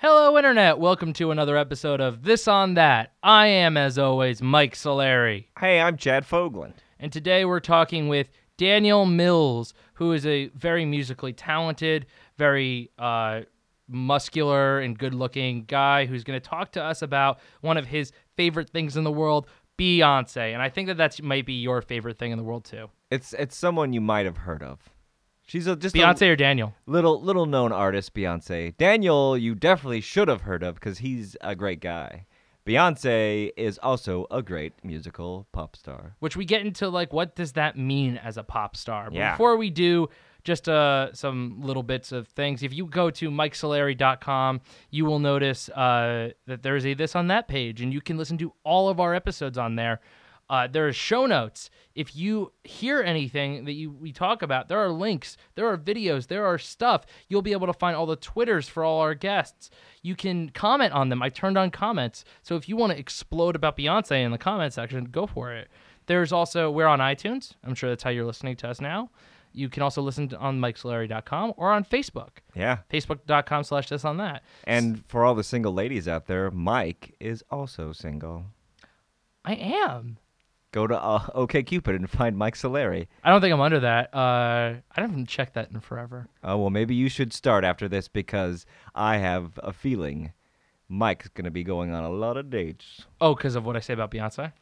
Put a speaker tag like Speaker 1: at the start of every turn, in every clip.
Speaker 1: Hello, Internet. Welcome to another episode of This on That. I am, as always, Mike Solari.
Speaker 2: Hey, I'm Chad Fogland.
Speaker 1: And today we're talking with Daniel Mills, who is a very musically talented, very uh, muscular, and good looking guy who's going to talk to us about one of his favorite things in the world, Beyonce. And I think that that might be your favorite thing in the world, too.
Speaker 2: It's it's someone you might have heard of. She's a, just
Speaker 1: Beyonce
Speaker 2: a
Speaker 1: or Daniel?
Speaker 2: little little known artist, Beyonce. Daniel, you definitely should have heard of because he's a great guy. Beyonce is also a great musical pop star.
Speaker 1: which we get into like what does that mean as a pop star. But
Speaker 2: Yeah.
Speaker 1: Before we do, just uh, some little bits of things. If you go to mikesolari.com, you will notice uh, that there's a this on that page, and you can listen to all of our episodes on there. Uh, there are show notes. If you hear anything that you we talk about, there are links, there are videos, there are stuff. You'll be able to find all the twitters for all our guests. You can comment on them. I turned on comments, so if you want to explode about Beyonce in the comment section, go for it. There's also we're on iTunes. I'm sure that's how you're listening to us now. You can also listen to, on MikeSolari.com or on Facebook.
Speaker 2: Yeah.
Speaker 1: Facebook.com slash this on that.
Speaker 2: And for all the single ladies out there, Mike is also single.
Speaker 1: I am.
Speaker 2: Go to uh, OKCupid and find Mike Solari.
Speaker 1: I don't think I'm under that. Uh, I haven't checked that in forever.
Speaker 2: Oh, well, maybe you should start after this because I have a feeling Mike's going to be going on a lot of dates.
Speaker 1: Oh, because of what I say about Beyonce?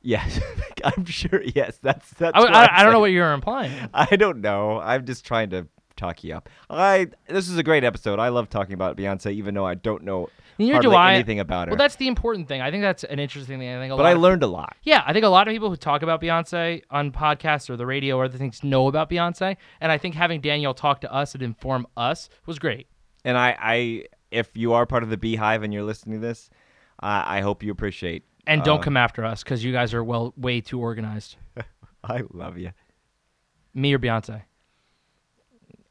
Speaker 2: Yes, I'm sure. Yes, that's that's.
Speaker 1: I,
Speaker 2: what
Speaker 1: I,
Speaker 2: I'm
Speaker 1: I don't know
Speaker 2: saying.
Speaker 1: what you're implying.
Speaker 2: I don't know. I'm just trying to talk you up. I this is a great episode. I love talking about Beyonce, even though I don't know
Speaker 1: Neither
Speaker 2: hardly
Speaker 1: do I.
Speaker 2: anything about her.
Speaker 1: Well, that's the important thing. I think that's an interesting thing. I think a
Speaker 2: but
Speaker 1: lot
Speaker 2: I
Speaker 1: of-
Speaker 2: learned a lot.
Speaker 1: Yeah, I think a lot of people who talk about Beyonce on podcasts or the radio or other things know about Beyonce. And I think having Danielle talk to us and inform us was great.
Speaker 2: And I, I if you are part of the Beehive and you're listening to this, I, I hope you appreciate. uh,
Speaker 1: And
Speaker 3: Um,
Speaker 1: don't come after us because you guys are well way too organized.
Speaker 2: I love you.
Speaker 1: Me or Beyonce?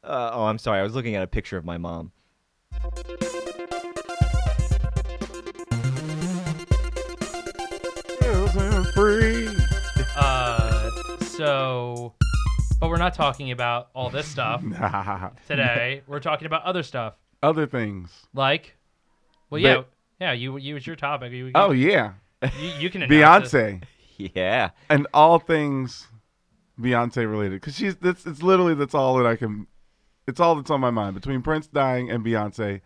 Speaker 2: Uh, oh, I'm sorry. I was looking at a picture of my mom. Free.
Speaker 1: Uh, so, but we're not talking about all this stuff today. We're talking about other stuff
Speaker 3: Other things.
Speaker 1: like, well, yeah,
Speaker 3: Ba-
Speaker 1: yeah. You you was your topic. You,
Speaker 3: Oh yeah,
Speaker 1: you, you can announce this.
Speaker 3: Beyonce
Speaker 2: Yeah.
Speaker 3: and all things Beyonce related because she's that's it's literally that's all that I can. It's all that's on my mind between Prince dying and Beyonce.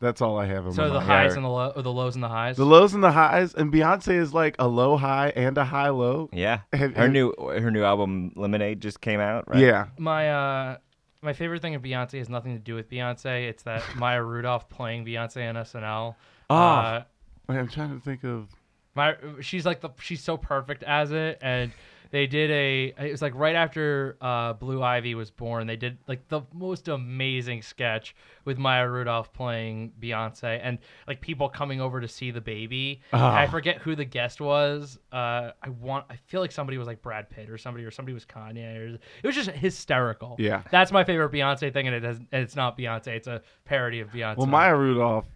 Speaker 3: That's all I have in
Speaker 1: So
Speaker 3: Oh my
Speaker 1: the
Speaker 3: mind.
Speaker 1: highs and the low, or the lows and the highs.
Speaker 3: the lows and the highs, and Beyonce is like a low high and a high low.
Speaker 2: Yeah.
Speaker 3: Have-
Speaker 2: her
Speaker 3: have-
Speaker 2: new her new album Lemonade just came out, right?
Speaker 3: Yeah,
Speaker 1: my uh my favorite thing of Beyonce has nothing to do with Beyonce. It's that Maya Rudolph playing Beyonce on SNL.
Speaker 3: Ah.
Speaker 1: Uh,
Speaker 3: Wait, I'm trying to think of.
Speaker 1: my she's like the she's so perfect as it and they did a it was like right after uh, blue ivy was born they did like the most amazing sketch with maya rudolph playing beyonce and like people coming over to see the baby
Speaker 3: Ah.
Speaker 1: i forget who the guest was uh, i want i feel like somebody was like brad pitt or somebody or somebody was kanye or it was just hysterical
Speaker 3: Yeah.
Speaker 1: that's my favorite beyonce thing and it does and it's not beyonce it's a parody of beyonce
Speaker 3: Well, Maya Rudolph,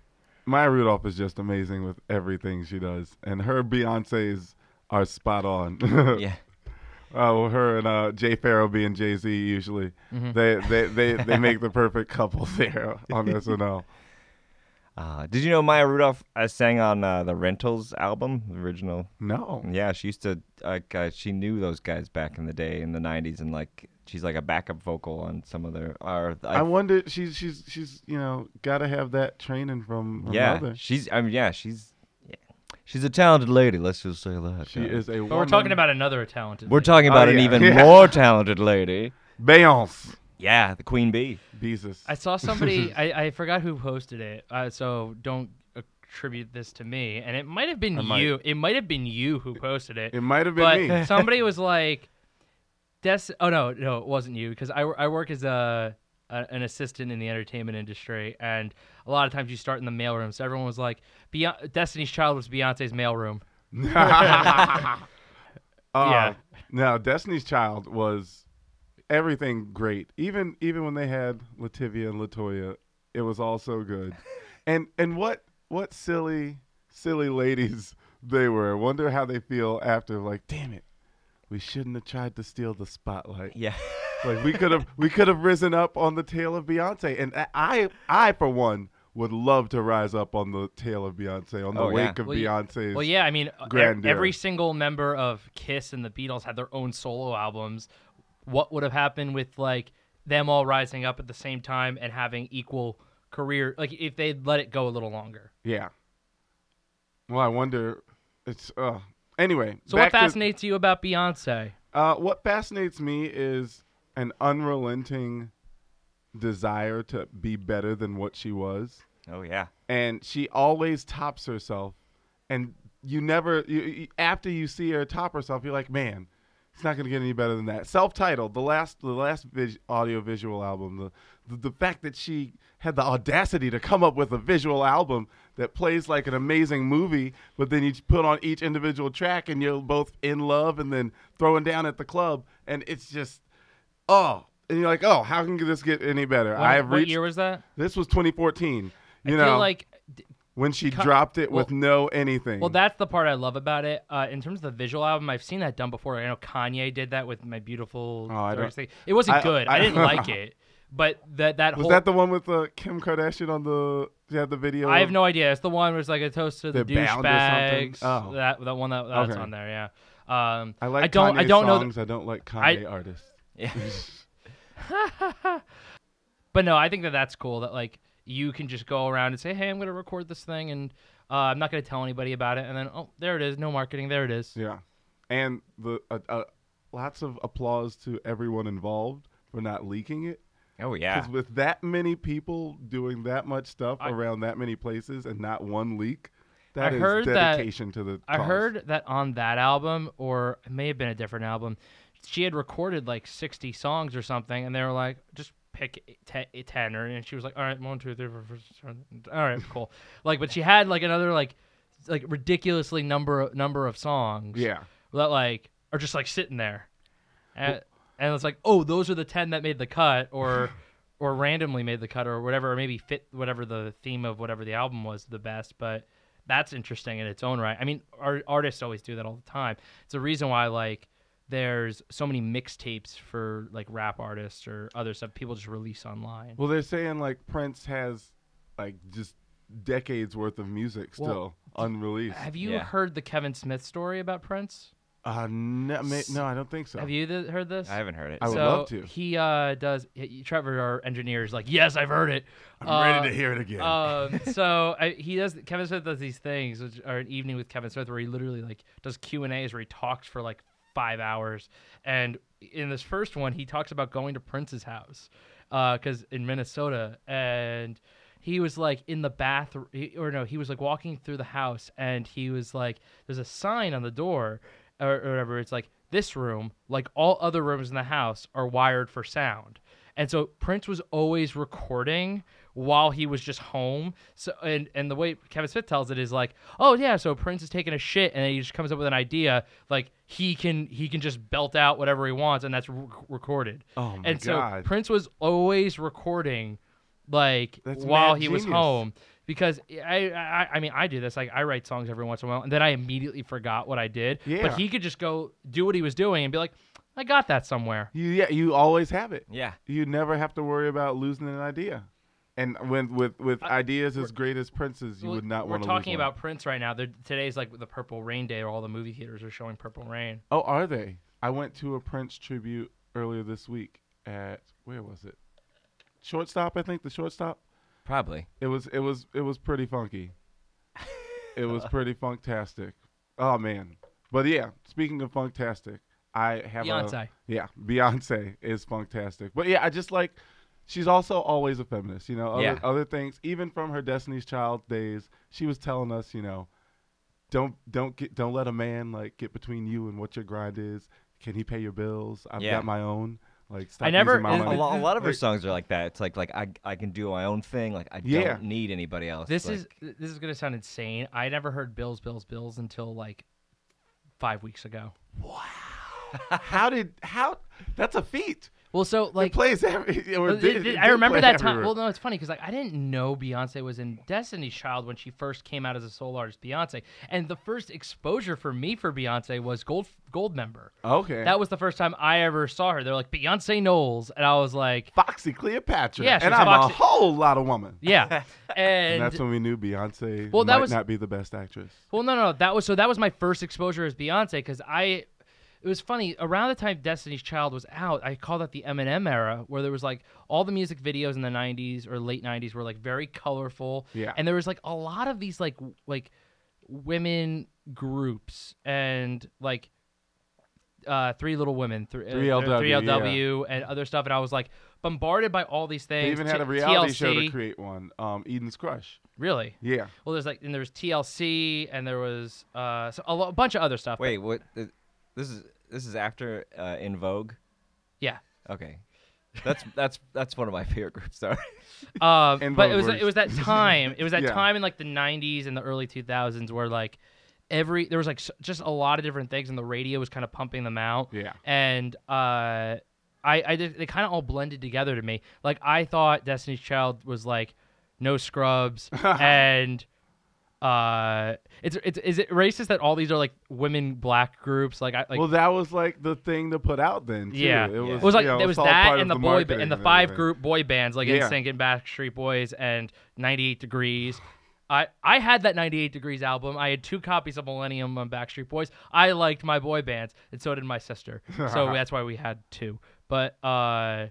Speaker 3: Maya Rudolph is just amazing with everything she does, and her Beyonces are spot on.
Speaker 2: Yeah.
Speaker 3: Oh, her and uh, Jay Farrell being Jay Z usually.
Speaker 1: Mm-hmm.
Speaker 3: They, they they they make the perfect couple there on SNL.
Speaker 2: Uh, did you know Maya Rudolph uh, sang on uh, the Rentals album, the original?
Speaker 3: No,
Speaker 2: Yeah, she used to like uh, she knew those guys back in the day in the '90s, and like she's like a backup vocal on some of their. Or
Speaker 3: I
Speaker 2: I,
Speaker 3: wonder. She's she's she's you know got to have that training from her
Speaker 2: yeah,
Speaker 3: mother.
Speaker 2: she's. I mean, yeah, she's. Yeah. She's a talented lady. Let's just say that.
Speaker 3: She
Speaker 2: yeah.
Speaker 3: is a.
Speaker 1: but we're talking about another talented
Speaker 2: We're
Speaker 1: lady.
Speaker 2: talking about
Speaker 3: Oh,
Speaker 2: an
Speaker 3: yeah.
Speaker 2: even
Speaker 3: Yeah.
Speaker 2: more talented lady.
Speaker 3: Beyonce.
Speaker 2: Yeah, the Queen Bee.
Speaker 3: Jesus.
Speaker 1: I saw somebody. I, I forgot who posted it. Uh, so don't attribute this to me. And it might have been
Speaker 3: I might-
Speaker 1: you. It might have been you who posted it.
Speaker 3: it might have
Speaker 1: but
Speaker 3: been me.
Speaker 1: somebody was like, "Des." Oh no, no, it wasn't you. Because I, wor- I work as a, a an assistant in the entertainment industry, and a lot of times you start in the mailroom. So everyone was like, Beyon- "Destiny's Child was Beyonce's mailroom."
Speaker 3: Uh,
Speaker 1: Yeah.
Speaker 3: No, Destiny's Child was everything great. Even even when they had Lativia and Latoya, it was all so good. and and what what silly silly ladies they were. Wonder how they feel after. Like, damn it, we shouldn't have tried to steal the spotlight.
Speaker 2: Yeah.
Speaker 3: Like we could have we could have risen up on the tail of Beyonce. And I I I, for one would love to rise up on the tail of Beyonce, on the
Speaker 2: Oh, yeah.
Speaker 3: wake of
Speaker 1: Well, you-
Speaker 3: Beyonce's.
Speaker 1: Well, yeah, I mean, e-
Speaker 3: grandeur.
Speaker 1: every single member of Kiss and the Beatles had their own solo albums. What would have happened with like them all rising up at the same time and having equal career? Like if they'd let it go a little longer.
Speaker 3: Yeah. Well, I wonder. It's uh. Anyway,
Speaker 1: So
Speaker 3: back
Speaker 1: what fascinates you about Beyonce?
Speaker 3: To, uh, what fascinates me is an unrelenting desire to be better than what she was,
Speaker 2: Oh yeah.
Speaker 3: and she always tops herself. And you never, you, you- after you see her top herself, you're like, man, it's not gonna get any better than that. Self-titled, the last, the last vis- audio-visual album, the, the the fact that she had the audacity to come up with a visual album that plays like an amazing movie, but then you put on each individual track and you're both in love and then throwing down at the club, and it's just, oh, and you're like, oh, how can this get any better?
Speaker 1: What,
Speaker 3: I have
Speaker 1: what
Speaker 3: reached.
Speaker 1: year was that?
Speaker 3: this was 2014. You
Speaker 1: I
Speaker 3: know,
Speaker 1: feel like
Speaker 3: when she
Speaker 1: Co-
Speaker 3: dropped it with
Speaker 1: well-
Speaker 3: no anything.
Speaker 1: well, that's the part I love about it. Uh, in terms of the visual album, I've seen that done before. I know Kanye did that with my beautiful.
Speaker 3: Oh, I
Speaker 1: Dark
Speaker 3: don't-
Speaker 1: Side. It wasn't
Speaker 3: I-
Speaker 1: good. I,
Speaker 3: I-
Speaker 1: didn't like it. But that that
Speaker 3: was
Speaker 1: whole
Speaker 3: that the one with uh, Kim Kardashian on the? You had the video.
Speaker 1: I have
Speaker 3: of-
Speaker 1: no idea. It's the one where it's like a toast to the,
Speaker 3: The Bound or something?
Speaker 1: douchebags.
Speaker 3: Oh.
Speaker 1: That that one that, that's
Speaker 3: Okay.
Speaker 1: on there. Yeah. Um,
Speaker 3: I like.
Speaker 1: I don't.
Speaker 3: Kanye
Speaker 1: I don't know.
Speaker 3: songs.
Speaker 1: th-
Speaker 3: I don't like Kanye artists.
Speaker 2: Yeah.
Speaker 1: but no, I think that that's cool. That like you can just go around and say, "Hey, I'm gonna record this thing, and uh, I'm not gonna tell anybody about it." And then, oh, there it is. No marketing. There it is.
Speaker 3: Yeah, and the uh, uh, lots of applause to everyone involved for not leaking it.
Speaker 2: Oh yeah.
Speaker 3: Because with that many people doing that much stuff
Speaker 1: I-
Speaker 3: around that many places and not one leak, that
Speaker 1: I
Speaker 3: is
Speaker 1: heard that-
Speaker 3: dedication to the.
Speaker 1: I
Speaker 3: cause.
Speaker 1: heard that on that album, or it may have been a different album, she had recorded like 60 songs or something, and they were like, just pick te- 10, or, and she was like, all right, one, two, three, four, five, six, seven, eight." all right, cool. like, but she had like another like, like ridiculously number number of songs.
Speaker 3: Yeah.
Speaker 1: That like are just like sitting there, and, and it's like, oh, those are the 10 that made the cut, or. Or randomly made the cut, or whatever, or maybe fit whatever the theme of whatever the album was the best. But that's interesting in its own right. I mean, ar- artists always do that all the time. It's the reason why like there's so many mixtapes for like rap artists or other stuff people just release online.
Speaker 3: Well, they're saying like Prince has like just decades worth of music still
Speaker 1: Well,
Speaker 3: unreleased.
Speaker 1: Have you
Speaker 2: Yeah.
Speaker 1: heard the Kevin Smith story about Prince?
Speaker 3: Uh, no, ma- no, I don't think so.
Speaker 1: Have you th- heard this?
Speaker 2: I haven't heard it.
Speaker 3: I would
Speaker 1: so
Speaker 3: love to.
Speaker 1: He uh, does. He, Trevor, our engineer, is like, yes, I've heard it.
Speaker 3: I'm
Speaker 1: Uh,
Speaker 3: ready to hear it again.
Speaker 1: um, so I, he does. Kevin Smith does these things, which are an evening with Kevin Smith, where he literally like does Q and A's, where he talks for like five hours. And in this first one, he talks about going to Prince's house, because in Minnesota, and he was like in the bathroom, or no, he was like walking through the house, and he was like, "There's a sign on the door, or, or whatever. It's like this room, like all other rooms in the house, are wired for sound." And so Prince was always recording while he was just home. So and and the way Kevin Smith tells it is like, oh yeah, so Prince is taking a shit and then he just comes up with an idea like he can he can just belt out whatever he wants and that's re- recorded.
Speaker 3: Oh, my
Speaker 1: and so
Speaker 3: God.
Speaker 1: Prince was always recording like
Speaker 3: That's
Speaker 1: while
Speaker 3: mad
Speaker 1: he was
Speaker 3: genius.
Speaker 1: home because I, I I mean I do this like I write songs every once in a while and then I immediately forgot what I did.
Speaker 3: Yeah.
Speaker 1: But he could just go do what he was doing and be like, I got that somewhere.
Speaker 3: You yeah, you always have it.
Speaker 2: Yeah.
Speaker 3: You never have to worry about losing an idea. And when with with
Speaker 1: I-
Speaker 3: ideas as great as Prince's, you
Speaker 1: Well,
Speaker 3: would not
Speaker 1: We're
Speaker 3: want to.
Speaker 1: talking about Prince right now. They're, today's like the Purple Rain day, where all the movie theaters are showing Purple Rain.
Speaker 3: Oh, are they? I went to a Prince tribute earlier this week at where was it? Shortstop, I think the shortstop.
Speaker 2: Probably.
Speaker 3: It was it was it was pretty funky. It was pretty funktastic. Oh man. But yeah, speaking of funktastic, I have a
Speaker 1: Beyonce.
Speaker 3: Yeah, Beyonce is funktastic. But yeah, I just like she's also always a feminist, you know. Other,
Speaker 2: Yeah.
Speaker 3: other things, even from her Destiny's Child days, she was telling us, you know, don't don't get don't let a man like get between you and what your grind is. Can he pay your bills? I've
Speaker 2: Yeah.
Speaker 3: got my own. Like stop
Speaker 1: never-
Speaker 3: using my
Speaker 1: it-
Speaker 2: A,
Speaker 3: money.
Speaker 1: it-
Speaker 2: lo- a lot of her
Speaker 3: Like-
Speaker 2: songs are like that. It's like like I I can do my own thing. Like I
Speaker 3: Yeah.
Speaker 2: don't need anybody else.
Speaker 1: This
Speaker 2: Like,
Speaker 1: is uh this is gonna sound insane. I never heard Bills, Bills, Bills until like five weeks ago.
Speaker 3: How did how? That's a feat.
Speaker 1: Well, so
Speaker 3: It
Speaker 1: like
Speaker 3: plays every. it
Speaker 1: Uh,
Speaker 3: was-
Speaker 1: it-
Speaker 3: it
Speaker 1: it-
Speaker 3: did
Speaker 1: I remember
Speaker 3: play
Speaker 1: that time.
Speaker 3: everywhere.
Speaker 1: Well, no, it's funny because like I didn't know Beyonce was in Destiny's Child when she first came out as a solo artist, Beyonce. And the first exposure for me for Beyonce was Gold Gold Member.
Speaker 3: okay.
Speaker 1: That was the first time I ever saw her. They're like Beyonce Knowles, and I was like,
Speaker 3: Foxy Cleopatra.
Speaker 1: Yeah, she
Speaker 3: and
Speaker 1: was
Speaker 3: I'm
Speaker 1: Foxy-
Speaker 3: a whole lot of woman.
Speaker 1: yeah. And
Speaker 3: And that's when we knew Beyonce
Speaker 1: Well, that
Speaker 3: might
Speaker 1: was-
Speaker 3: not be the best actress.
Speaker 1: Well, no, no, that was so that was my first exposure as Beyonce because I, it was funny around the time Destiny's Child was out, I called that the Eminem era where there was like all the music videos in the '90s or late '90s were like very colorful,
Speaker 3: Yeah.
Speaker 1: and there was like a lot of these like w- like women groups and like uh Three Little Women, three, uh,
Speaker 3: 3LW,
Speaker 1: three LW, and other stuff, and I was like bombarded by all these things.
Speaker 3: They even had
Speaker 1: T-
Speaker 3: a reality
Speaker 1: TLC,
Speaker 3: show to create one, um, Eden's Crush.
Speaker 1: Really?
Speaker 3: Yeah.
Speaker 1: Well, there's like, and there was TLC, and there was uh, so a, lo- a bunch of other stuff. but-
Speaker 2: Wait, what? th- This is this is after uh, In Vogue.
Speaker 1: yeah.
Speaker 2: Okay, that's that's that's one of my favorite groups. Sorry.
Speaker 1: Um,
Speaker 3: And
Speaker 1: but
Speaker 3: Vogue
Speaker 1: it was
Speaker 3: was-
Speaker 1: it was that time. It was that
Speaker 3: Yeah.
Speaker 1: time in like the '90s and the early 2000s where like every there was like s- just a lot of different things, and the radio was kind of pumping them out.
Speaker 3: Yeah.
Speaker 1: And uh, I I did, they kind of all blended together to me. Like I thought Destiny's Child was like no scrubs and. Uh, it's it's is it racist that all these are like women black groups like I like
Speaker 3: well, that was like the thing to put out then. Too.
Speaker 1: Yeah,
Speaker 3: It was,
Speaker 1: it was like
Speaker 3: you know,
Speaker 1: there was
Speaker 3: it's all part
Speaker 1: that
Speaker 3: of
Speaker 1: and the, boy
Speaker 3: the
Speaker 1: ba-
Speaker 3: marketing
Speaker 1: and the
Speaker 3: and
Speaker 1: five
Speaker 3: everything.
Speaker 1: group boy bands like
Speaker 3: Yeah.
Speaker 1: NSYNC and Backstreet Boys and 98 Degrees. I I had that 98 Degrees album. I had two copies of Millennium on Backstreet Boys. I liked my boy bands, and so did my sister. So that's why we had two. But uh.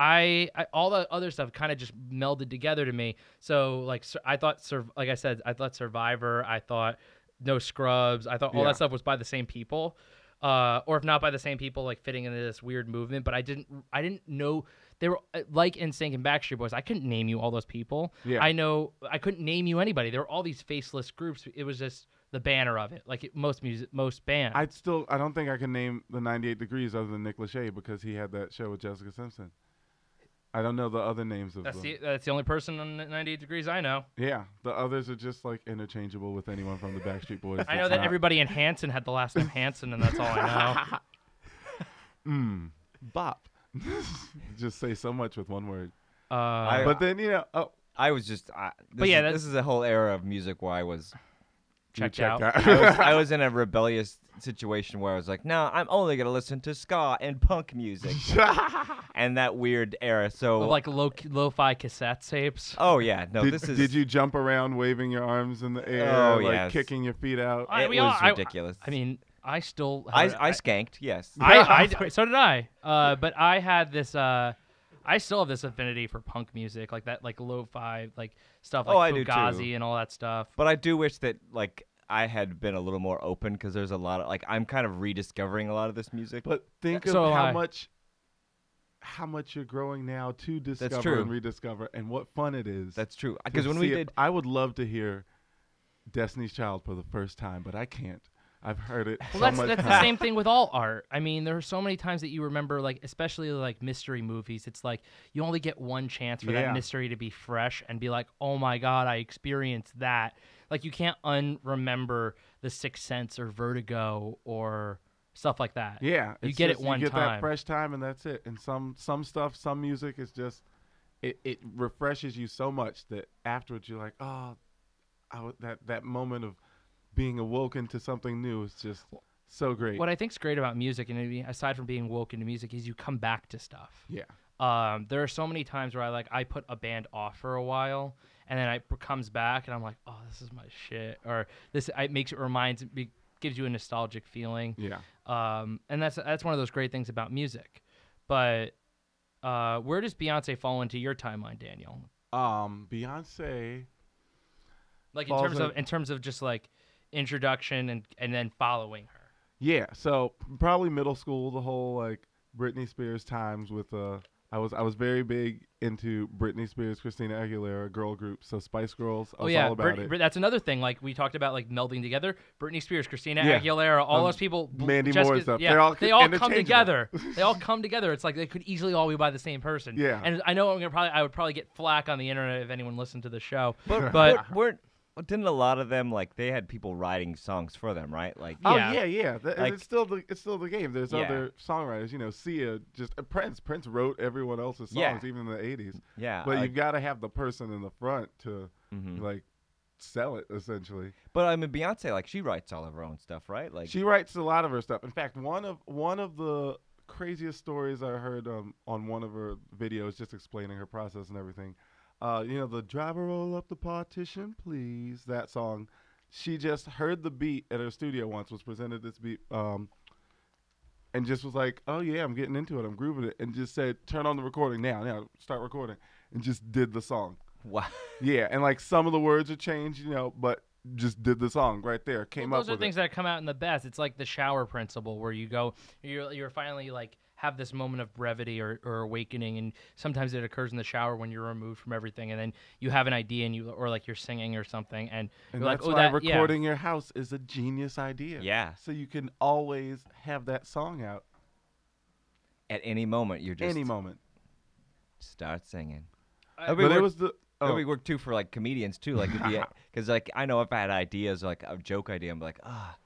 Speaker 1: I, I all the other stuff kind of just melded together to me. So like sur- I thought, sur- like I said, I thought Survivor, I thought No Scrubs, I thought all
Speaker 3: Yeah.
Speaker 1: that stuff was by the same people, uh, or if not by the same people, like fitting into this weird movement. But I didn't, I didn't know they were uh, like NSYNC and Backstreet Boys. I couldn't name you all those people.
Speaker 3: Yeah.
Speaker 1: I know I couldn't name you anybody. There were all these faceless groups. It was just the banner of it, like it, most music, most bands.
Speaker 3: I still, I don't think I can name the 98 Degrees other than Nick Lachey because he had that show with Jessica Simpson. I don't know the other names of
Speaker 1: that's
Speaker 3: them.
Speaker 1: the that's the only person on 98 Degrees I know.
Speaker 3: Yeah, the others are just like interchangeable with anyone from the Backstreet Boys.
Speaker 1: I know
Speaker 3: that's
Speaker 1: that
Speaker 3: not-
Speaker 1: everybody in Hanson had the last name Hanson, and that's all I know.
Speaker 3: Mm, bop. just say so much with one word.
Speaker 1: Uh,
Speaker 2: I-
Speaker 3: But then you know, oh,
Speaker 2: I was just. I this
Speaker 1: But yeah,
Speaker 2: is-
Speaker 1: that-
Speaker 2: this is a whole era of music where I was
Speaker 3: you
Speaker 1: Checked out.
Speaker 2: I was, I was in a rebellious situation where I was like, no, I'm only gonna listen to ska and punk music and that weird era. So
Speaker 1: of, like low lo-fi cassette tapes.
Speaker 2: oh yeah, no,
Speaker 3: did,
Speaker 2: this is
Speaker 3: did you jump around waving your arms in the air,
Speaker 2: Oh,
Speaker 3: like
Speaker 2: yes.
Speaker 3: kicking your feet out?
Speaker 1: I-
Speaker 2: it
Speaker 1: we
Speaker 2: was
Speaker 1: all- I-
Speaker 2: ridiculous.
Speaker 1: I mean, I still
Speaker 2: I,
Speaker 1: have-
Speaker 2: I skanked, yes.
Speaker 1: I, I- so did I. Uh, but I had this. Uh, I still have this affinity for punk music, like that, like lo-fi, like stuff like
Speaker 2: Oh, I do too.
Speaker 1: Fugazi and all that stuff.
Speaker 2: But I do wish that like I had been a little more open because there's a lot of like I'm kind of rediscovering a lot of this music.
Speaker 3: But think of
Speaker 1: So am
Speaker 3: how
Speaker 1: I.
Speaker 3: much how much you're growing now to discover
Speaker 2: true.
Speaker 3: and rediscover and what fun it is.
Speaker 2: That's true
Speaker 3: to
Speaker 2: because when we
Speaker 3: see it.
Speaker 2: did
Speaker 3: I would love to hear Destiny's Child for the first time, but I can't. I've heard it so
Speaker 1: Well, that's
Speaker 3: much
Speaker 1: that's the
Speaker 3: times.
Speaker 1: same thing with all art. I mean, there are so many times that you remember, like especially like mystery movies. It's like you only get one chance for that
Speaker 3: Yeah.
Speaker 1: mystery to be fresh and be like, "Oh my god, I experienced that." Like you can't unremember The Sixth Sense or Vertigo or stuff like that.
Speaker 3: Yeah,
Speaker 1: You
Speaker 3: it's
Speaker 1: get it
Speaker 3: just-
Speaker 1: one
Speaker 3: You get
Speaker 1: time.
Speaker 3: that fresh time, and that's it. And some some stuff, some music is just it, it refreshes you so much that afterwards you're like, oh, I w- that that moment of being awoken to something new is just so great.
Speaker 1: What I think's great about music, and I mean, aside from being woke into music, is you come back to stuff.
Speaker 3: yeah,
Speaker 1: um, there are so many times where I like I put a band off for a while and then it comes back and I'm like, oh, this is my shit, or this it makes it reminds me gives you a nostalgic feeling,
Speaker 3: yeah.
Speaker 1: um, and that's that's one of those great things about music. But uh, where does Beyonce fall into your timeline, Daniel?
Speaker 3: Um, Beyonce.
Speaker 1: Like in
Speaker 3: Falls
Speaker 1: terms
Speaker 3: in-
Speaker 1: of in terms of just like introduction and and then following her.
Speaker 3: Yeah, so probably middle school, the whole like Britney Spears times with uh I was I was very big into Britney Spears, Christina Aguilera, girl group, so Spice Girls. I
Speaker 1: Oh
Speaker 3: was
Speaker 1: yeah,
Speaker 3: all about
Speaker 1: Brit-
Speaker 3: it.
Speaker 1: Brit- that's another thing. Like we talked about, like melding together. Britney Spears, Christina
Speaker 3: Yeah.
Speaker 1: Aguilera, all
Speaker 3: Um,
Speaker 1: those people. bl-
Speaker 3: Mandy
Speaker 1: Jessica-
Speaker 3: Moore stuff.
Speaker 1: Yeah,
Speaker 3: They're all
Speaker 1: they all come
Speaker 3: interchangeable.
Speaker 1: together. they all come together. It's like they could easily all be by the same person.
Speaker 3: Yeah.
Speaker 1: And I know I'm gonna probably, I would probably get flack on the internet if anyone listened to the show. but-
Speaker 2: but, but weren't didn't a lot of them like they had people writing songs for them, right? Like
Speaker 1: Yeah.
Speaker 3: Oh yeah, yeah. Th- and
Speaker 2: Like-
Speaker 3: it's still the it's still the game. There's
Speaker 2: Yeah.
Speaker 3: other songwriters, you know, Sia just uh, Prince. Prince wrote everyone else's
Speaker 2: Yeah.
Speaker 3: songs, even in the eighties.
Speaker 2: yeah,
Speaker 3: But
Speaker 2: like-
Speaker 3: you've got to have the person in the front to
Speaker 2: Mhm.
Speaker 3: like sell it essentially.
Speaker 2: But I mean, Beyonce, like she writes all of her own stuff, right? Like,
Speaker 3: She writes a lot of her stuff. In fact, one of one of the craziest stories I heard um, on one of her videos, just explaining her process and everything. Uh, you know, the driver roll up the partition, please. That song. She just heard the beat at her studio once. Was presented this beat. Um, and just was like, "Oh yeah, I'm getting into it. I'm grooving it." And just said, "Turn on the recording now. Now start recording." And just did the song.
Speaker 2: wow.
Speaker 3: Yeah, and like some of the words are changed, you know, but just did the song right there. Came
Speaker 1: Well,
Speaker 3: up
Speaker 1: those are
Speaker 3: with it.
Speaker 1: things that come out in the best. It's like the shower principle, where you go, you're you're finally like have this moment of brevity or, or awakening, and sometimes it occurs in the shower when you're removed from everything, and then you have an idea, and you or like you're singing or something, and,
Speaker 3: And
Speaker 1: you're
Speaker 3: that's
Speaker 1: like, oh,
Speaker 3: why
Speaker 1: that yeah."
Speaker 3: recording your house is a genius idea.
Speaker 2: Yeah.
Speaker 3: So you can always have that song out
Speaker 2: At any moment, you're just
Speaker 3: any moment.
Speaker 2: start singing.
Speaker 1: I-
Speaker 2: That'd be
Speaker 3: But it
Speaker 2: work-
Speaker 3: was the
Speaker 2: that'd
Speaker 3: oh,
Speaker 2: be work too for like comedians too, like because like I know I've had ideas like a joke idea, I'm like ah.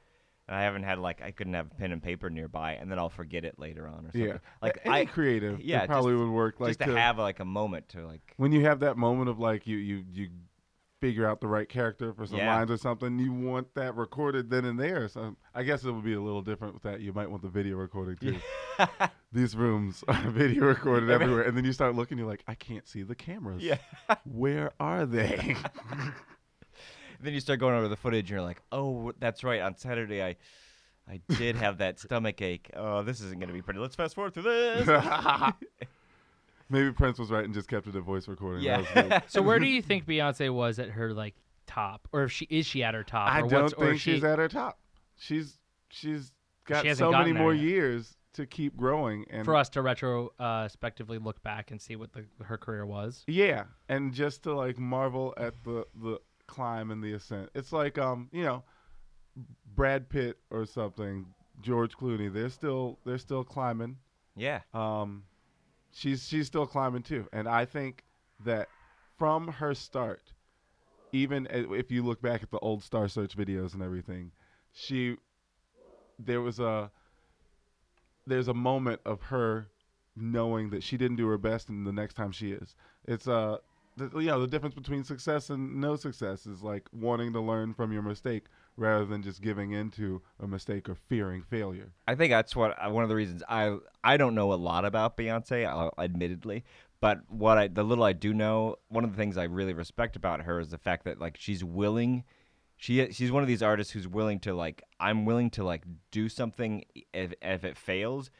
Speaker 2: And I haven't had like I couldn't have pen and paper nearby, and then I'll forget it later on or something.
Speaker 3: yeah.
Speaker 2: Like
Speaker 3: A- any
Speaker 2: I
Speaker 3: creative. it
Speaker 2: yeah,
Speaker 3: probably
Speaker 2: just-
Speaker 3: would work like uh,
Speaker 2: just to have like a moment to like
Speaker 3: when you have that moment of like you you you figure out the right character for some
Speaker 2: Yeah.
Speaker 3: lines or something. You want that recorded then and there. So I guess it would be a little different with that. You might want the video recording too. These rooms are video recorded everywhere, and then you start looking. You're like, I can't see the cameras.
Speaker 2: Yeah.
Speaker 3: Where are they?
Speaker 2: then you start going over the footage and you're like, oh, that's right. On Saturday, I I did have that stomach ache. Oh, this isn't going to be pretty. Let's fast forward through this.
Speaker 3: Maybe Prince was right and just kept it at voice recording.
Speaker 2: Yeah.
Speaker 3: That was good.
Speaker 1: so where do you think Beyonce was at her like top, or if she is she at her top?
Speaker 3: I
Speaker 1: or
Speaker 3: don't
Speaker 1: what's, or
Speaker 3: think
Speaker 1: is she,
Speaker 3: she's at her top. She's she's got
Speaker 1: She hasn't
Speaker 3: so many
Speaker 1: gotten there
Speaker 3: more
Speaker 1: yet.
Speaker 3: years to keep growing and
Speaker 1: for us to retrospectively look back and see what the, her career was.
Speaker 3: Yeah, and just to like marvel at the the climb and the ascent. It's like um, you know, Brad Pitt or something, George Clooney. They're still they're still climbing.
Speaker 2: yeah.
Speaker 3: Um, she's she's still climbing too, and I think that from her start, even i- if you look back at the old Star Search videos and everything, she there was a there's a moment of her knowing that she didn't do her best, and the next time she is, it's uh, the, you know the difference between success and no success is like wanting to learn from your mistake rather than just giving into a mistake or fearing failure.
Speaker 2: I think that's what uh, one of the reasons I I don't know a lot about Beyonce, I'll- admittedly, but what I the little I do know, one of the things I really respect about her is the fact that like she's willing, she she's one of these artists who's willing to like I'm willing to like do something if if it fails,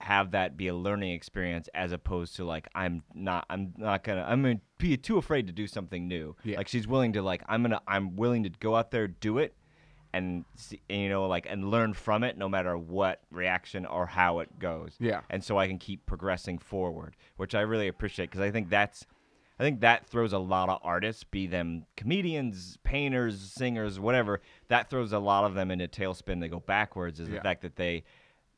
Speaker 2: have that be a learning experience as opposed to like I'm not I'm not gonna I'm gonna be too afraid to do something new.
Speaker 3: Yeah.
Speaker 2: Like she's willing to like I'm gonna I'm willing to go out there do it and, see, and you know like and learn from it no matter what reaction or how it goes
Speaker 3: Yeah.
Speaker 2: and so i can keep progressing forward which i really appreciate because i think that's i think that throws a lot of artists be them comedians painters singers whatever that throws a lot of them into tailspin they go backwards is the
Speaker 3: Yeah.
Speaker 2: fact that they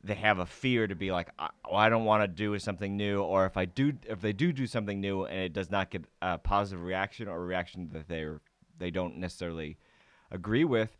Speaker 2: they have a fear to be like I, oh, I don't want to do something new or if i do if they do do something new and it does not get a positive reaction or a reaction that they're they don't necessarily agree with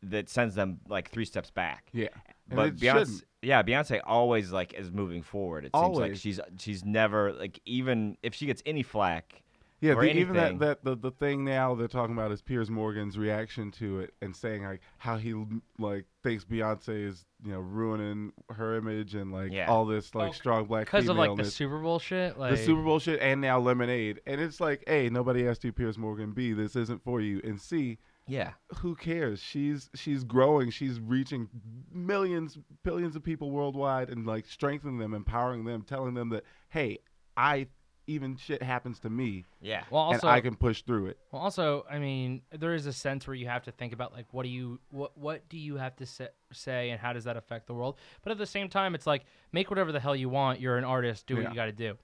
Speaker 2: that sends them like three steps back.
Speaker 3: Yeah. And
Speaker 2: But
Speaker 3: it
Speaker 2: Beyonce,
Speaker 3: shouldn't.
Speaker 2: yeah, Beyonce always like is moving forward. It
Speaker 3: Always.
Speaker 2: seems like she's she's never like even if she gets any flack.
Speaker 3: Yeah,
Speaker 2: or
Speaker 3: the, even that,
Speaker 2: anything-
Speaker 3: that the, the thing now they're talking about is Piers Morgan's reaction to it and saying like how he like thinks Beyonce is you know ruining her image and like
Speaker 2: Yeah.
Speaker 3: all this like
Speaker 1: Well,
Speaker 3: strong black
Speaker 1: Because of like the
Speaker 3: femaleness.
Speaker 1: Super Bowl shit, like
Speaker 3: The Super Bowl shit and now Lemonade and it's like a nobody asked you Piers Morgan B this isn't for you and C
Speaker 2: Yeah.
Speaker 3: who cares she's she's growing she's reaching millions billions of people worldwide and like strengthening them empowering them telling them that hey I even shit happens to me
Speaker 2: Yeah.
Speaker 1: well, also,
Speaker 3: and I can push through it
Speaker 1: Well, also, I mean, there is a sense where you have to think about like, what do you, what, what do you have to say, say, and how does that affect the world? But at the same time, it's like make whatever the hell you want. You're an artist. Do what
Speaker 3: Yeah.
Speaker 1: you got to do.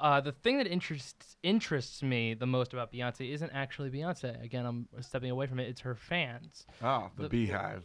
Speaker 1: Uh, the thing that interests interests me the most about Beyonce isn't actually Beyonce. Again, I'm stepping away from it. It's her fans.
Speaker 3: Oh, the,
Speaker 1: The-
Speaker 3: beehive.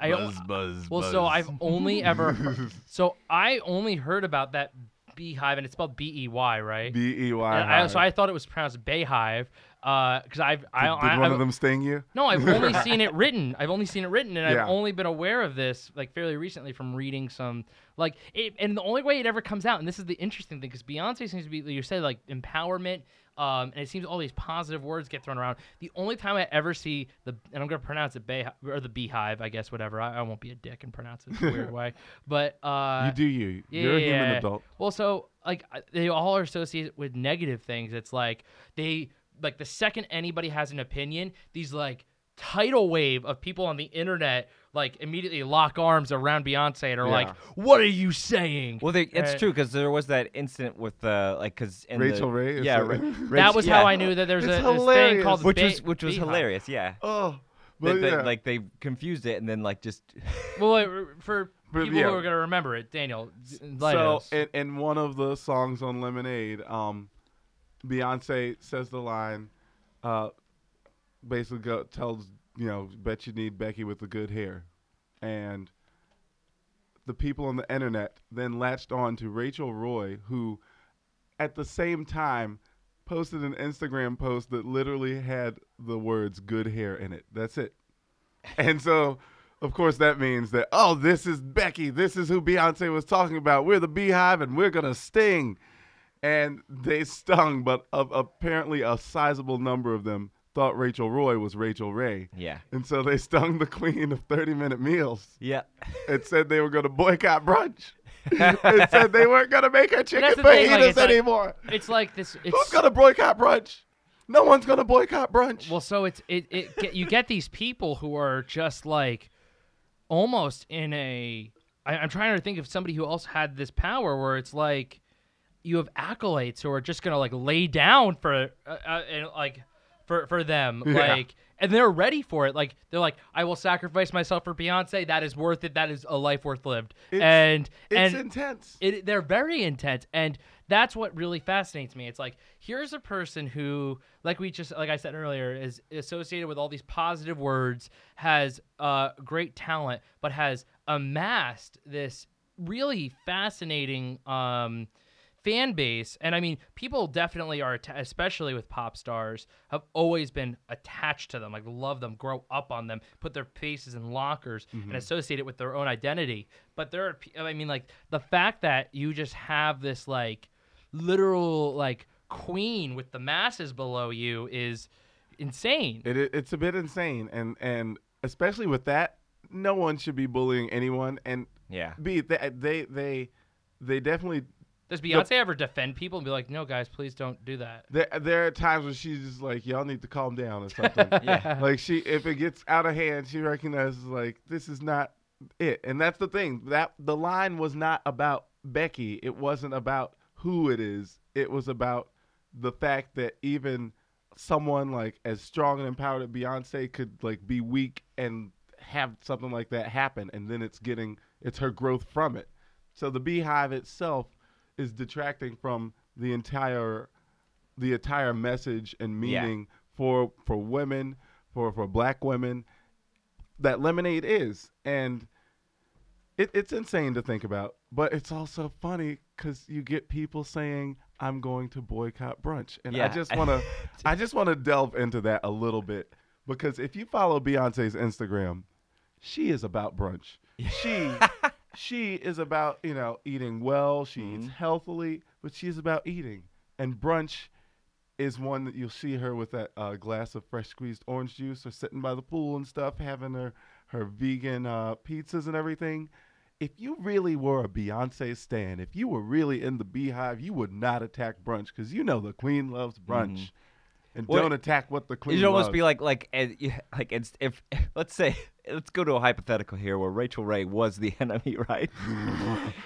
Speaker 1: I,
Speaker 2: buzz.
Speaker 1: well, so I've only ever, heard, so I only heard about that beehive, and it's spelled B E Y, right?
Speaker 3: B E Y.
Speaker 1: And I, so I thought it was pronounced Bayhive because I've I,
Speaker 3: Did
Speaker 1: I,
Speaker 3: one
Speaker 1: I've-
Speaker 3: of them sting you?
Speaker 1: no, I've only seen it written. I've only seen it written, and
Speaker 3: Yeah.
Speaker 1: I've only been aware of this like fairly recently from reading some like. It, and the only way it ever comes out, and this is the interesting thing, because Beyonce seems to be you said like empowerment, um, and it seems all these positive words get thrown around. The only time I ever see the and I'm gonna pronounce it bay or the beehive, I guess whatever. I, I won't be a dick and pronounce it in a weird way, but uh,
Speaker 3: you do you. You're a human
Speaker 1: yeah.
Speaker 3: adult.
Speaker 1: Well, so like I- they all are associated with negative things. It's like they like the second anybody has an opinion, these like tidal wave of people on the internet like immediately lock arms around Beyonce and are like,
Speaker 3: Yeah.
Speaker 1: "What are you saying?"
Speaker 2: Well, they, it's
Speaker 1: Uh,
Speaker 2: true because there was that incident with uh, like because
Speaker 3: Rachel Ray is
Speaker 2: Yeah,
Speaker 3: the-
Speaker 2: Ra-
Speaker 1: that
Speaker 2: Rach-
Speaker 1: was
Speaker 2: yeah.
Speaker 1: how I knew that there's
Speaker 3: It's
Speaker 1: a this thing called
Speaker 3: hilarious.
Speaker 2: which
Speaker 1: ba-
Speaker 2: was which was
Speaker 1: beehive.
Speaker 2: hilarious. Yeah,
Speaker 3: Oh,
Speaker 2: They-
Speaker 3: but
Speaker 2: they-
Speaker 3: yeah.
Speaker 2: like they confused it and then like just
Speaker 1: Well, wait, r- for
Speaker 3: But,
Speaker 1: people
Speaker 3: yeah.
Speaker 1: who are gonna remember it, Daniel. s- enlighten
Speaker 3: so
Speaker 1: us.
Speaker 3: in, in one of the songs on Lemonade, um, Beyonce says the line, uh, basically go, tells you know, bet you need Becky with the good hair, and the people on the internet then latched on to Rachel Roy, who at the same time posted an Instagram post that literally had the words good hair in it. That's it. And so, of course, that means that, oh, this is Becky. This is who Beyonce was talking about. We're the beehive and we're going to sting. And they stung, but a- apparently a sizable number of them thought Rachel Roy was Rachel Ray.
Speaker 2: yeah
Speaker 3: And so they stung the queen of 30 minute meals
Speaker 2: yeah.
Speaker 3: and said they were going to boycott brunch. and said they weren't going to make her chicken
Speaker 1: that's the thing, like,
Speaker 3: fajitas
Speaker 1: it's like-
Speaker 3: anymore.
Speaker 1: it's like this. It's,
Speaker 3: Who's going to boycott brunch? No one's going to boycott brunch.
Speaker 1: Well, so it's it, it get, you get these people who are just like almost in a. I, I'm trying to think of somebody who else had this power where it's like you have acolytes who are just gonna like lay down for uh, uh, and like for for them
Speaker 3: Yeah.
Speaker 1: like and they're ready for it like they're like I will sacrifice myself for Beyonce that is worth it that is a life worth lived
Speaker 3: It's-
Speaker 1: and
Speaker 3: it's
Speaker 1: and
Speaker 3: intense.
Speaker 1: it, they're very intense and that's what really fascinates me it's like here's a person who like we just like i said earlier is associated with all these positive words has uh, great talent but has amassed this really fascinating um, fan base and i mean people definitely are atta- especially with pop stars have always been attached to them like love them grow up on them put their faces in lockers and associate it with their own identity but there are pe- i mean like the fact that you just have this like literal like queen with the masses below you is insane
Speaker 3: It, it it's a bit insane, and and especially with that, no one should be bullying anyone. And
Speaker 2: Yeah.
Speaker 3: B, they they they, they definitely
Speaker 1: does beyonce ever defend people and be like no guys please don't do that
Speaker 3: there there are times when she's just like, y'all need to calm down or something.
Speaker 2: Yeah.
Speaker 3: Like she, if it gets out of hand, she recognizes like this is not it, and that's the thing. That the line was not about Becky. It wasn't about who it is. It was about the fact that even someone like as strong and empowered as Beyonce could like be weak and have something like that happen, and then it's getting it's her growth from it. So the beehive itself is detracting from the entire the entire message and
Speaker 2: Yeah.
Speaker 3: meaning for for women, for for black women that lemonade is. And it, it's insane to think about, but it's also funny because you get people saying, "I'm going to boycott brunch," and I
Speaker 2: Yeah.
Speaker 3: just want to, I just want to delve into that a little bit because if you follow Beyonce's Instagram, she is about brunch. She, she is about you know eating well. She
Speaker 2: Mm-hmm.
Speaker 3: eats healthily, but she is about eating and brunch. Is one that you'll see her with that uh, glass of fresh squeezed orange juice, or sitting by the pool and stuff, having her her vegan uh, pizzas and everything. If you really were a Beyonce stan, if you were really in the beehive, you would not attack brunch because you know the queen loves brunch, and
Speaker 2: Well,
Speaker 3: don't attack what the queen.
Speaker 2: It'd Mm-hmm. almost
Speaker 3: loves.
Speaker 2: be like like and, yeah, like it's, if let's say let's go to a hypothetical here where Rachel Ray was the enemy, right?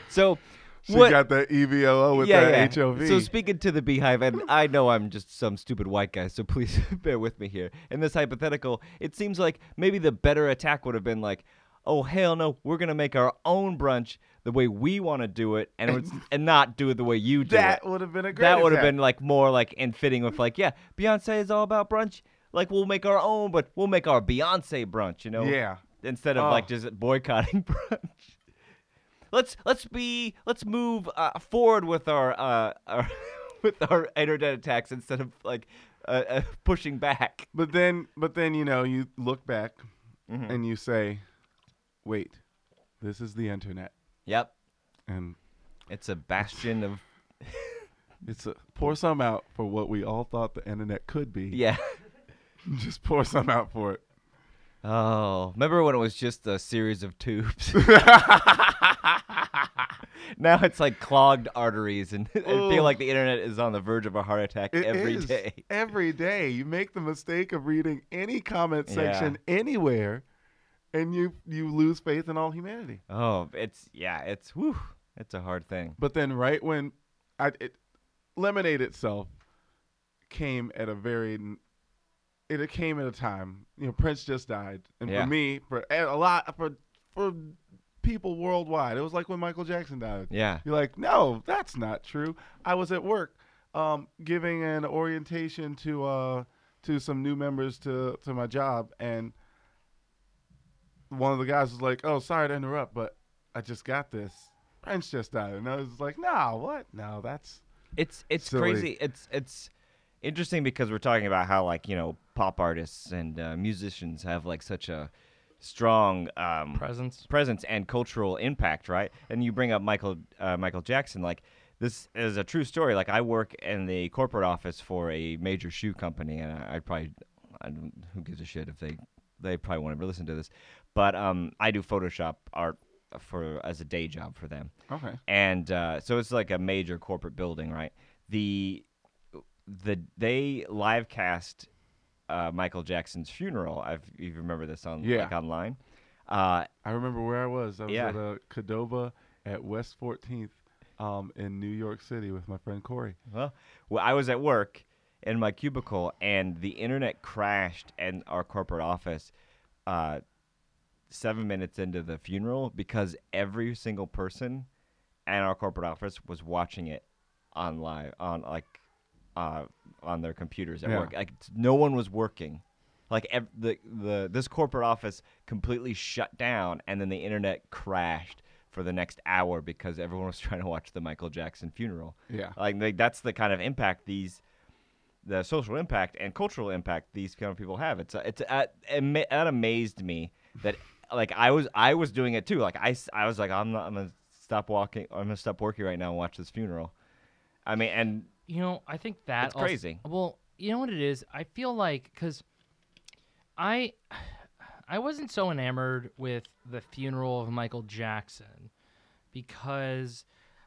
Speaker 2: so
Speaker 3: she
Speaker 2: what?
Speaker 3: got E that EVLO with
Speaker 2: yeah, yeah.
Speaker 3: that HOV.
Speaker 2: So speaking to the beehive, and I know I'm just some stupid white guy, so please bear with me here. In this hypothetical, it seems like maybe the better attack would have been like, "Oh hell no, we're gonna make our own brunch the way we want to do it, and it's- and not do it the way you do it."
Speaker 3: that would have been a great.
Speaker 2: that would have
Speaker 3: attack.
Speaker 2: been like more like in fitting with like yeah beyonce is all about brunch like we'll make our own but we'll make our beyonce brunch you know
Speaker 3: Yeah.
Speaker 2: instead of
Speaker 3: Oh.
Speaker 2: like just boycotting brunch let's let's be let's move uh, forward with our uh our with our internet attacks instead of like uh, uh, pushing back.
Speaker 3: But then, but then you know, you look back
Speaker 2: Mm-hmm.
Speaker 3: and you say, "Wait, this is the internet,
Speaker 2: Yep,
Speaker 3: and
Speaker 2: it's a bastion of
Speaker 3: it's a, pour some out for what we all thought the internet could be.
Speaker 2: yeah.
Speaker 3: just pour some out for it.
Speaker 2: Oh, remember when it was just a series of tubes? now it's like clogged arteries, and I feel like the internet is on the verge of a heart attack
Speaker 3: It
Speaker 2: every day.
Speaker 3: is. Every day, you make the mistake of reading any comment section anywhere, and you you lose faith in all humanity.
Speaker 2: Oh, it's yeah, it's whew, it's a hard thing.
Speaker 3: But then, right when I, it, Lemonade itself came at a very n- it came at a time. You know, Prince just died, and
Speaker 2: Yeah.
Speaker 3: for me, for a a lot for for people worldwide, it was like when Michael Jackson died.
Speaker 2: Yeah.
Speaker 3: You're like, no, that's not true. I was at work um, giving an orientation to uh, to some new members to to my job, and one of the guys was like, "Oh, sorry to interrupt, but I just got this. Prince just died," and I was like, "No, what? No, that's
Speaker 2: It's it's
Speaker 3: Silly.
Speaker 2: crazy. It's it's interesting because we're talking about how like, you know, pop artists and uh, musicians have like such a strong um
Speaker 1: Presence.
Speaker 2: presence and cultural impact, right? And you bring up Michael uh, Michael Jackson, like this is a true story. Like I work in the corporate office for a major shoe company, and I, I probably I don't, who gives a shit if they they probably won't ever listen to this, but um, I do Photoshop art for as a day job for them,
Speaker 3: okay."
Speaker 2: and uh, so it's like a major corporate building, right? The the they live cast uh, Michael Jackson's funeral. I've you remember this on
Speaker 3: Yeah.
Speaker 2: like online. Uh,
Speaker 3: I remember where I was. I was
Speaker 2: Yeah.
Speaker 3: at uh, Cadova at West 14th um, in New York City with my friend Corey.
Speaker 2: Well, well, I was at work in my cubicle, and the internet crashed in our corporate office uh, seven minutes into the funeral because every single person in our corporate office was watching it on live on like uh, on their computers at
Speaker 3: Yeah.
Speaker 2: work. Like t- no one was working. Like ev- the the this corporate office completely shut down, and then the internet crashed for the next hour because everyone was trying to watch the Michael Jackson funeral
Speaker 3: Yeah.
Speaker 2: like they, that's the kind of impact these the social impact and cultural impact these kind of people have it's it's uh, ama- that amazed me that like i was i was doing it too like i, s- I was like i'm not i'm gonna stop walking i'm gonna stop working right now and watch this funeral i mean and
Speaker 1: You know, I think that
Speaker 2: It's
Speaker 1: also-
Speaker 2: crazy.
Speaker 1: well, you know what it is. I feel like because I I wasn't so enamored with the funeral of Michael Jackson because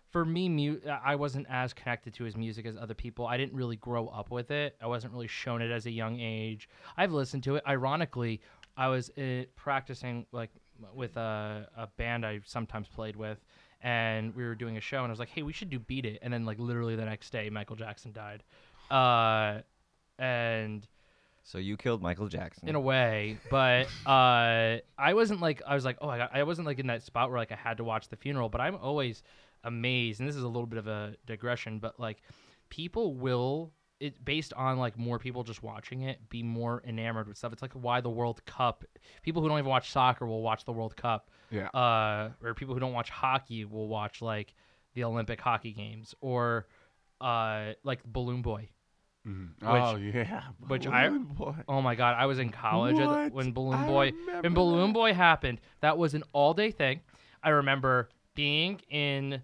Speaker 1: for me, mu- I wasn't as connected to his music as other people. I didn't really grow up with it. I wasn't really shown it as a young age. I've listened to it. Ironically, I was uh, practicing like m- with a, a band I sometimes played with, and we were doing a show, and I was like, "Hey, we should do Beat It," and then like literally the next day, Michael Jackson died. Uh, and
Speaker 2: so you killed michael jackson
Speaker 1: in a way but uh i wasn't like i was like oh I, got, I wasn't like in that spot where like i had to watch the funeral but i'm always amazed and this is a little bit of a digression but like people will it based on like more people just watching it be more enamored with stuff it's like why the world cup people who don't even watch soccer will watch the world cup
Speaker 3: Yeah.
Speaker 1: uh, or people who don't watch hockey will watch like the Olympic hockey games or uh, like Balloon Boy.
Speaker 3: oh yeah.
Speaker 1: which I-
Speaker 3: Balloon boy.
Speaker 1: Oh my god, I was in college at the-
Speaker 3: What?
Speaker 1: when Balloon
Speaker 3: I
Speaker 1: Boy when
Speaker 3: remember
Speaker 1: Balloon
Speaker 3: that.
Speaker 1: Boy happened. That was an all day thing. I remember being in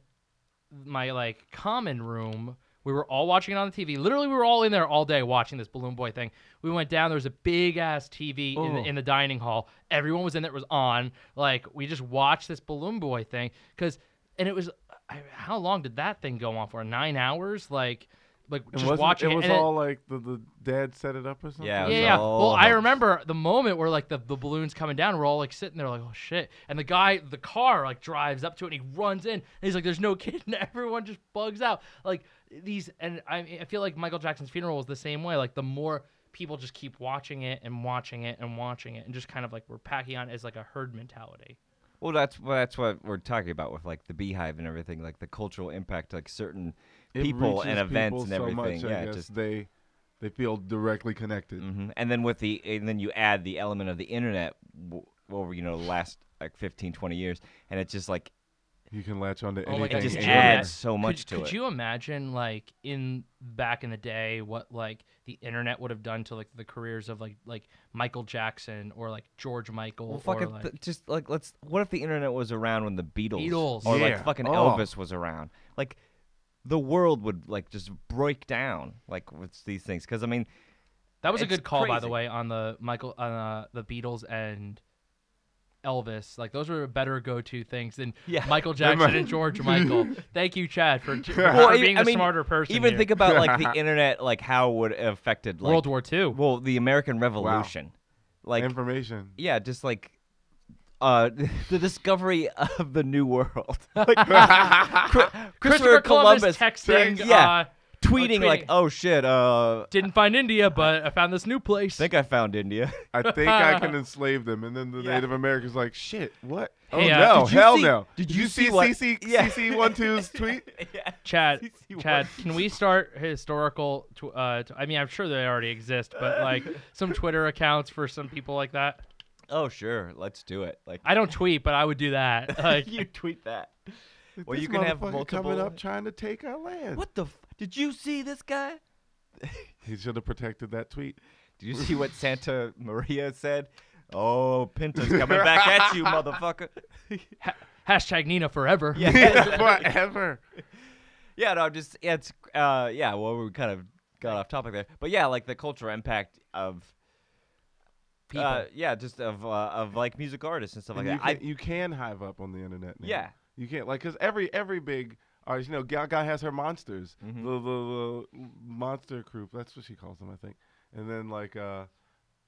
Speaker 1: my like common room. We were all watching it on the TV. Literally, we were all in there all day watching this Balloon Boy thing. We went down. There was a big ass TV in the,
Speaker 3: Oh.
Speaker 1: in the dining hall. Everyone was in there. It was on. Like we just watched this Balloon Boy thing because, and it was I, how long did that thing go on for? Nine hours. Like, like
Speaker 3: It
Speaker 1: just
Speaker 3: wasn't-
Speaker 1: watching
Speaker 3: It was
Speaker 1: and
Speaker 3: all like the, the dad set it up or something.
Speaker 2: Yeah, it was
Speaker 1: yeah, yeah. Well,
Speaker 2: all
Speaker 1: I
Speaker 2: hopes.
Speaker 1: remember the moment where like the, the balloon's coming down. We're all like sitting there, like, oh shit! And the guy, the car, like drives up to it and he runs in. And he's like, "There's no kid," and everyone just bugs out. Like these, and I, I feel like Michael Jackson's funeral was the same way. Like the more people just keep watching it and watching it and watching it, and just kind of like we're packing on as like a herd mentality.
Speaker 2: Well, that's well, that's what we're talking about with like the beehive and everything, like the cultural impact, like certain
Speaker 3: It
Speaker 2: people and
Speaker 3: reaches
Speaker 2: events
Speaker 3: people
Speaker 2: and
Speaker 3: so
Speaker 2: everything.
Speaker 3: much, I
Speaker 2: yeah,
Speaker 3: guess
Speaker 2: just
Speaker 3: they they feel directly connected.
Speaker 2: hmm and then with the and then you add the element of the internet w- over you know the last like 15, 20 years, and it's just like
Speaker 3: You can latch onto
Speaker 1: Oh
Speaker 3: anything.
Speaker 1: my God,
Speaker 2: It just
Speaker 1: could you
Speaker 3: anywhere.
Speaker 1: imagine-
Speaker 2: adds so much
Speaker 1: could,
Speaker 2: to
Speaker 1: could
Speaker 2: it.
Speaker 1: you imagine like in back in the day what like the internet would have done to like the careers of like like Michael Jackson or like George Michael
Speaker 2: Well, fuck
Speaker 1: or
Speaker 2: if
Speaker 1: like
Speaker 2: the, just like let's. What if the internet was around when the Beatles,
Speaker 1: Beatles.
Speaker 2: or
Speaker 3: Yeah.
Speaker 2: like fucking
Speaker 3: Oh.
Speaker 2: Elvis was around? Like, the world would like just break down like with these things. Because I mean,
Speaker 1: That was a
Speaker 2: It's
Speaker 1: good call, by the
Speaker 2: crazy.
Speaker 1: way, on the Michael, on uh, the Beatles and Elvis. Like those were better go-to things than
Speaker 2: Yeah.
Speaker 1: Michael Jackson and George Michael. Thank you, Chad, for, for
Speaker 2: Well, I-
Speaker 1: being
Speaker 2: I
Speaker 1: the
Speaker 2: mean,
Speaker 1: smarter person.
Speaker 2: Even
Speaker 1: here.
Speaker 2: think about like the internet, like how it would have affected like,
Speaker 1: World War II.
Speaker 2: Well, the American Revolution, like
Speaker 3: information.
Speaker 2: yeah, just like uh the discovery of the New World, like Chri-
Speaker 1: Christopher Columbus, texting,
Speaker 2: yeah,
Speaker 1: uh,
Speaker 2: tweeting,
Speaker 1: tweeting.
Speaker 2: like, oh shit, uh,
Speaker 1: didn't find India, but I found this new place.
Speaker 2: I think I found India.
Speaker 3: I think I can enslave them. And then the
Speaker 2: Yeah.
Speaker 3: Native Americans like, shit, what? Oh
Speaker 1: Hey, uh,
Speaker 3: no,
Speaker 2: Did you
Speaker 3: hell
Speaker 2: see-
Speaker 3: no.
Speaker 2: did you see
Speaker 3: see
Speaker 2: what-
Speaker 3: CC
Speaker 2: Yeah.
Speaker 3: CC one two's tweet?
Speaker 2: yeah.
Speaker 1: Chad,
Speaker 2: CC
Speaker 1: Chad,
Speaker 2: one.
Speaker 1: can we start historical? Tw- uh, t- I mean, I'm sure they already exist, but like some Twitter accounts for some people like that.
Speaker 2: Oh sure, let's do it. Like
Speaker 1: I don't tweet, but I would do that. Like,
Speaker 2: you tweet that. Well,
Speaker 3: This
Speaker 2: you can have
Speaker 3: motherfucker coming
Speaker 2: multiple-
Speaker 3: up trying to take our land.
Speaker 2: What the? F- did you see this guy?
Speaker 3: He should have protected that tweet.
Speaker 2: Did you see what Santa Maria said? Oh, Pinta's coming back at you, motherfucker.
Speaker 1: Hashtag Nina forever.
Speaker 3: Forever.
Speaker 2: yeah, no, just yeah, it's uh, yeah. Well, we kind of got off topic there, but yeah, like the cultural impact of
Speaker 1: People.
Speaker 2: uh, yeah, just of uh, of like music artists and stuff
Speaker 3: And
Speaker 2: like
Speaker 3: you,
Speaker 2: that.
Speaker 3: can, you can hive up on the internet now.
Speaker 2: Yeah.
Speaker 3: You can't like because every every big artist, you know, Gaga has her monsters,
Speaker 1: Mm-hmm.
Speaker 3: the, the the monster group. That's what she calls them, I think. And then like uh,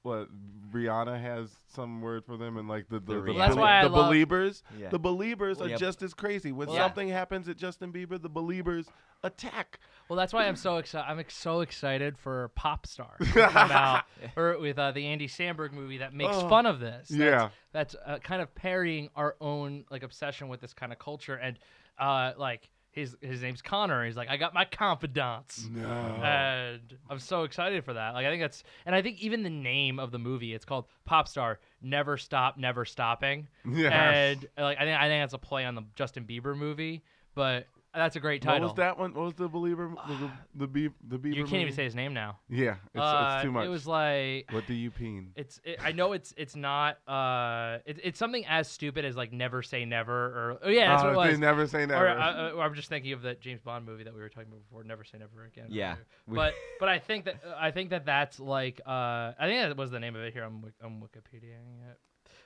Speaker 3: what Rihanna has some word for them, and like the the, the,
Speaker 2: Rihanna.
Speaker 1: That's
Speaker 3: Belie-
Speaker 1: why I
Speaker 3: the
Speaker 1: love-
Speaker 3: believers.
Speaker 2: Yeah.
Speaker 3: The believers are
Speaker 2: Well, yeah.
Speaker 3: just as crazy. When
Speaker 2: Well, yeah.
Speaker 3: something happens at Justin Bieber, the believers attack.
Speaker 1: Well, that's why I'm so excited. I'm ex- so excited for Pop Star to come out, or with uh, the Andy Samberg movie that makes
Speaker 3: Oh,
Speaker 1: fun of this.
Speaker 3: yeah.
Speaker 1: that's, that's uh, kind of parrying our own like obsession with this kind of culture, and uh, like his his name's Connor. He's like, I got my confidants. And I'm so excited for that. Like I think that's, and I think even the name of the movie, it's called Pop Star Never Stop, Never Stopping.
Speaker 3: Yeah.
Speaker 1: And like I think I think that's a play on the Justin Bieber movie, but that's a great title. Uh,
Speaker 3: What was that one? What was the believer? The the, the, Bie- the Bieber.
Speaker 1: You can't
Speaker 3: movie?
Speaker 1: even say his name now.
Speaker 3: Yeah, it's,
Speaker 1: Uh,
Speaker 3: it's too much.
Speaker 1: It was like
Speaker 3: what do you peen?
Speaker 1: it's. It, I know it's. It's not. Uh, it, it's something as stupid as like never say never or oh yeah, that's
Speaker 3: Oh,
Speaker 1: what it
Speaker 3: they
Speaker 1: was.
Speaker 3: never say never.
Speaker 1: Or, uh, uh, or I'm just thinking of that James Bond movie that we were talking about before, Never Say Never Again.
Speaker 2: Yeah. We-
Speaker 1: but but I think that I think that that's like uh, I think that was the name of it here. I'm Wik- I'm Wikipediaing it,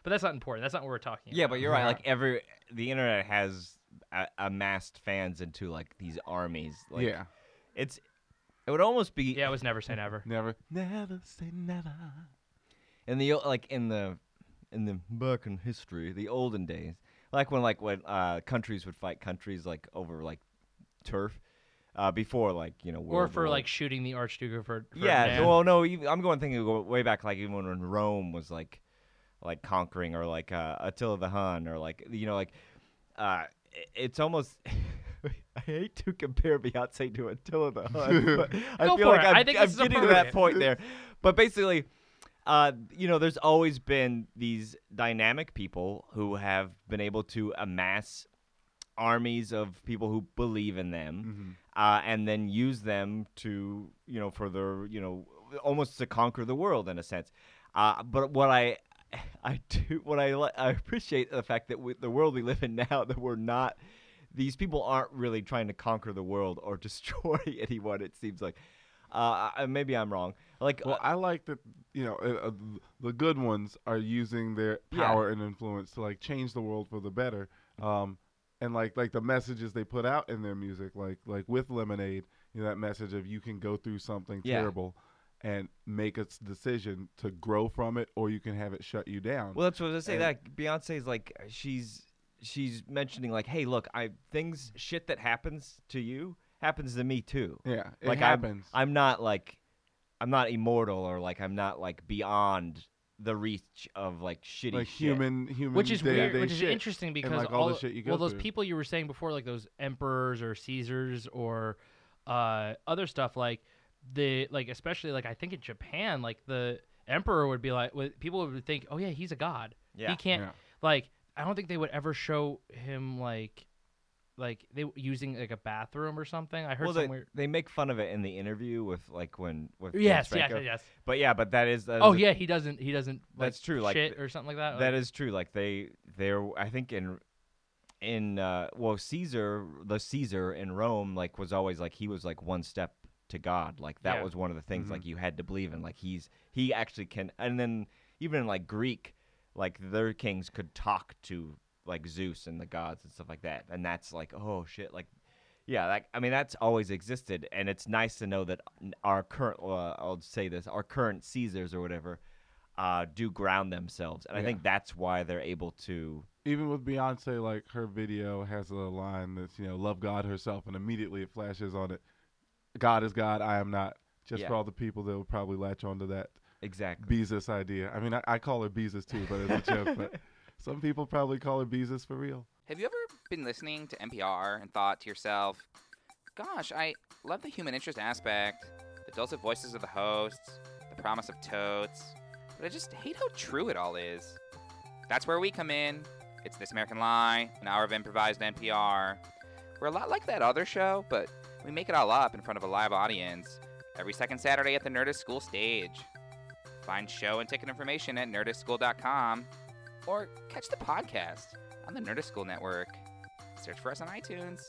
Speaker 1: but that's not important. That's not what we're talking.
Speaker 2: yeah,
Speaker 1: about.
Speaker 2: but you're right. Like every the internet has a- amassed fans into like these armies. Like,
Speaker 3: yeah,
Speaker 2: it's it would almost be
Speaker 1: yeah, it was Never Say Never.
Speaker 3: never, never say never.
Speaker 2: in the o- like in the in the back in history, the olden days, like when like when uh, countries would fight countries like over like turf, uh, before like you know
Speaker 1: Or
Speaker 2: World
Speaker 1: for
Speaker 2: War-
Speaker 1: like shooting the Archduke of Fer-
Speaker 2: yeah.
Speaker 1: Ferdinand.
Speaker 2: Well, no, even, I'm going thinking go way back like even when Rome was like like conquering or like uh, Attila the Hun or like you know like uh, i- it's almost. I hate to compare Beyonce to Attila the Hun, but I
Speaker 1: Go
Speaker 2: feel
Speaker 1: for
Speaker 2: like
Speaker 1: it.
Speaker 2: I'm,
Speaker 1: I think
Speaker 2: I'm
Speaker 1: this is
Speaker 2: getting to that
Speaker 1: appropriate.
Speaker 2: point there. But basically, uh, you know, there's always been these dynamic people who have been able to amass armies of people who believe in
Speaker 3: Mm-hmm.
Speaker 2: them, uh, and then use them to, you know, for their, you know, almost to conquer the world in a sense. Uh, but what I I do what I li- I appreciate the fact that with the world we live in now that we're not these people aren't really trying to conquer the world or destroy anyone. It seems like, uh, I- maybe I'm wrong. Like,
Speaker 3: Well,
Speaker 2: uh,
Speaker 3: I like that. You know, uh, uh, the good ones are using their
Speaker 2: Yeah.
Speaker 3: power and influence to like change the world for the better. Um, and like like the messages they put out in their music, like like with Lemonade, you know that message of you can go through something
Speaker 2: Yeah.
Speaker 3: terrible. And make a s- decision to grow from it, or you can have it shut you down.
Speaker 2: Well, that's what I was gonna say.
Speaker 3: And-
Speaker 2: That Beyonce's like she's she's mentioning like, hey, look, I things shit that happens to you happens to me too.
Speaker 3: yeah, it
Speaker 2: like
Speaker 3: happens.
Speaker 2: I'm, I'm not like I'm not immortal or like I'm not like beyond the reach of like shitty
Speaker 3: like
Speaker 2: shit.
Speaker 3: human, human,
Speaker 1: which is
Speaker 3: day-to-day
Speaker 1: weird, which is
Speaker 3: shit.
Speaker 1: interesting because
Speaker 3: like, all
Speaker 1: all,
Speaker 3: the shit you
Speaker 1: well,
Speaker 3: go
Speaker 1: those
Speaker 3: through.
Speaker 1: people you were saying before, like those emperors or Caesars or uh, other stuff, like the like especially like I think in Japan, like the emperor would be like, would- people would think, oh yeah, he's a god.
Speaker 2: Yeah.
Speaker 1: He can't
Speaker 3: Yeah.
Speaker 1: like. I don't think they would ever show him like like they were using like a bathroom or something. I heard
Speaker 2: Well,
Speaker 1: some
Speaker 2: they,
Speaker 1: weird.
Speaker 2: they make fun of it in the interview with like when with James
Speaker 1: Yes, yes,
Speaker 2: Franco.
Speaker 1: yes.
Speaker 2: But yeah, but that is that is
Speaker 1: Oh
Speaker 2: a-
Speaker 1: yeah, he doesn't. He doesn't. Like,
Speaker 2: That's true, like,
Speaker 1: shit
Speaker 2: th-
Speaker 1: or something like that.
Speaker 2: that
Speaker 1: like-
Speaker 2: is true. Like they they're I think in in uh well Caesar the Caesar in Rome like was always like he was like one step to God. Like that
Speaker 1: Yeah.
Speaker 2: was one of the things like you had to believe in. Like he's he actually can and then even in like Greek, like their kings could talk to like Zeus and the gods and stuff like that. And that's like, oh shit, like yeah, like I mean, that's always existed, and it's nice to know that our current, uh, I'll say this, our current Caesars or whatever, uh, do ground themselves, and I think that's why they're able to.
Speaker 3: even with Beyonce, like her video has a line that's you know love God herself, and immediately it flashes on it. God is God, I am not. Just
Speaker 2: Yeah.
Speaker 3: for all the people that would probably latch onto that
Speaker 2: Exactly.
Speaker 3: Beezus idea. I mean, I, I call her Beezus too, but it's a joke. But some people probably call her Beezus for real.
Speaker 4: Have you ever been listening to NPR and thought to yourself, gosh, I love the human interest aspect, the dulcet voices of the hosts, the promise of totes, but I just hate how true it all is. That's where we come in. It's This American Lie, an hour of improvised NPR. We're a lot like that other show, but we make it all up in front of a live audience every second Saturday at the Nerdist School stage. Find show and ticket information at nerdistschool.com or catch the podcast on the Nerdist School Network. Search for us on iTunes.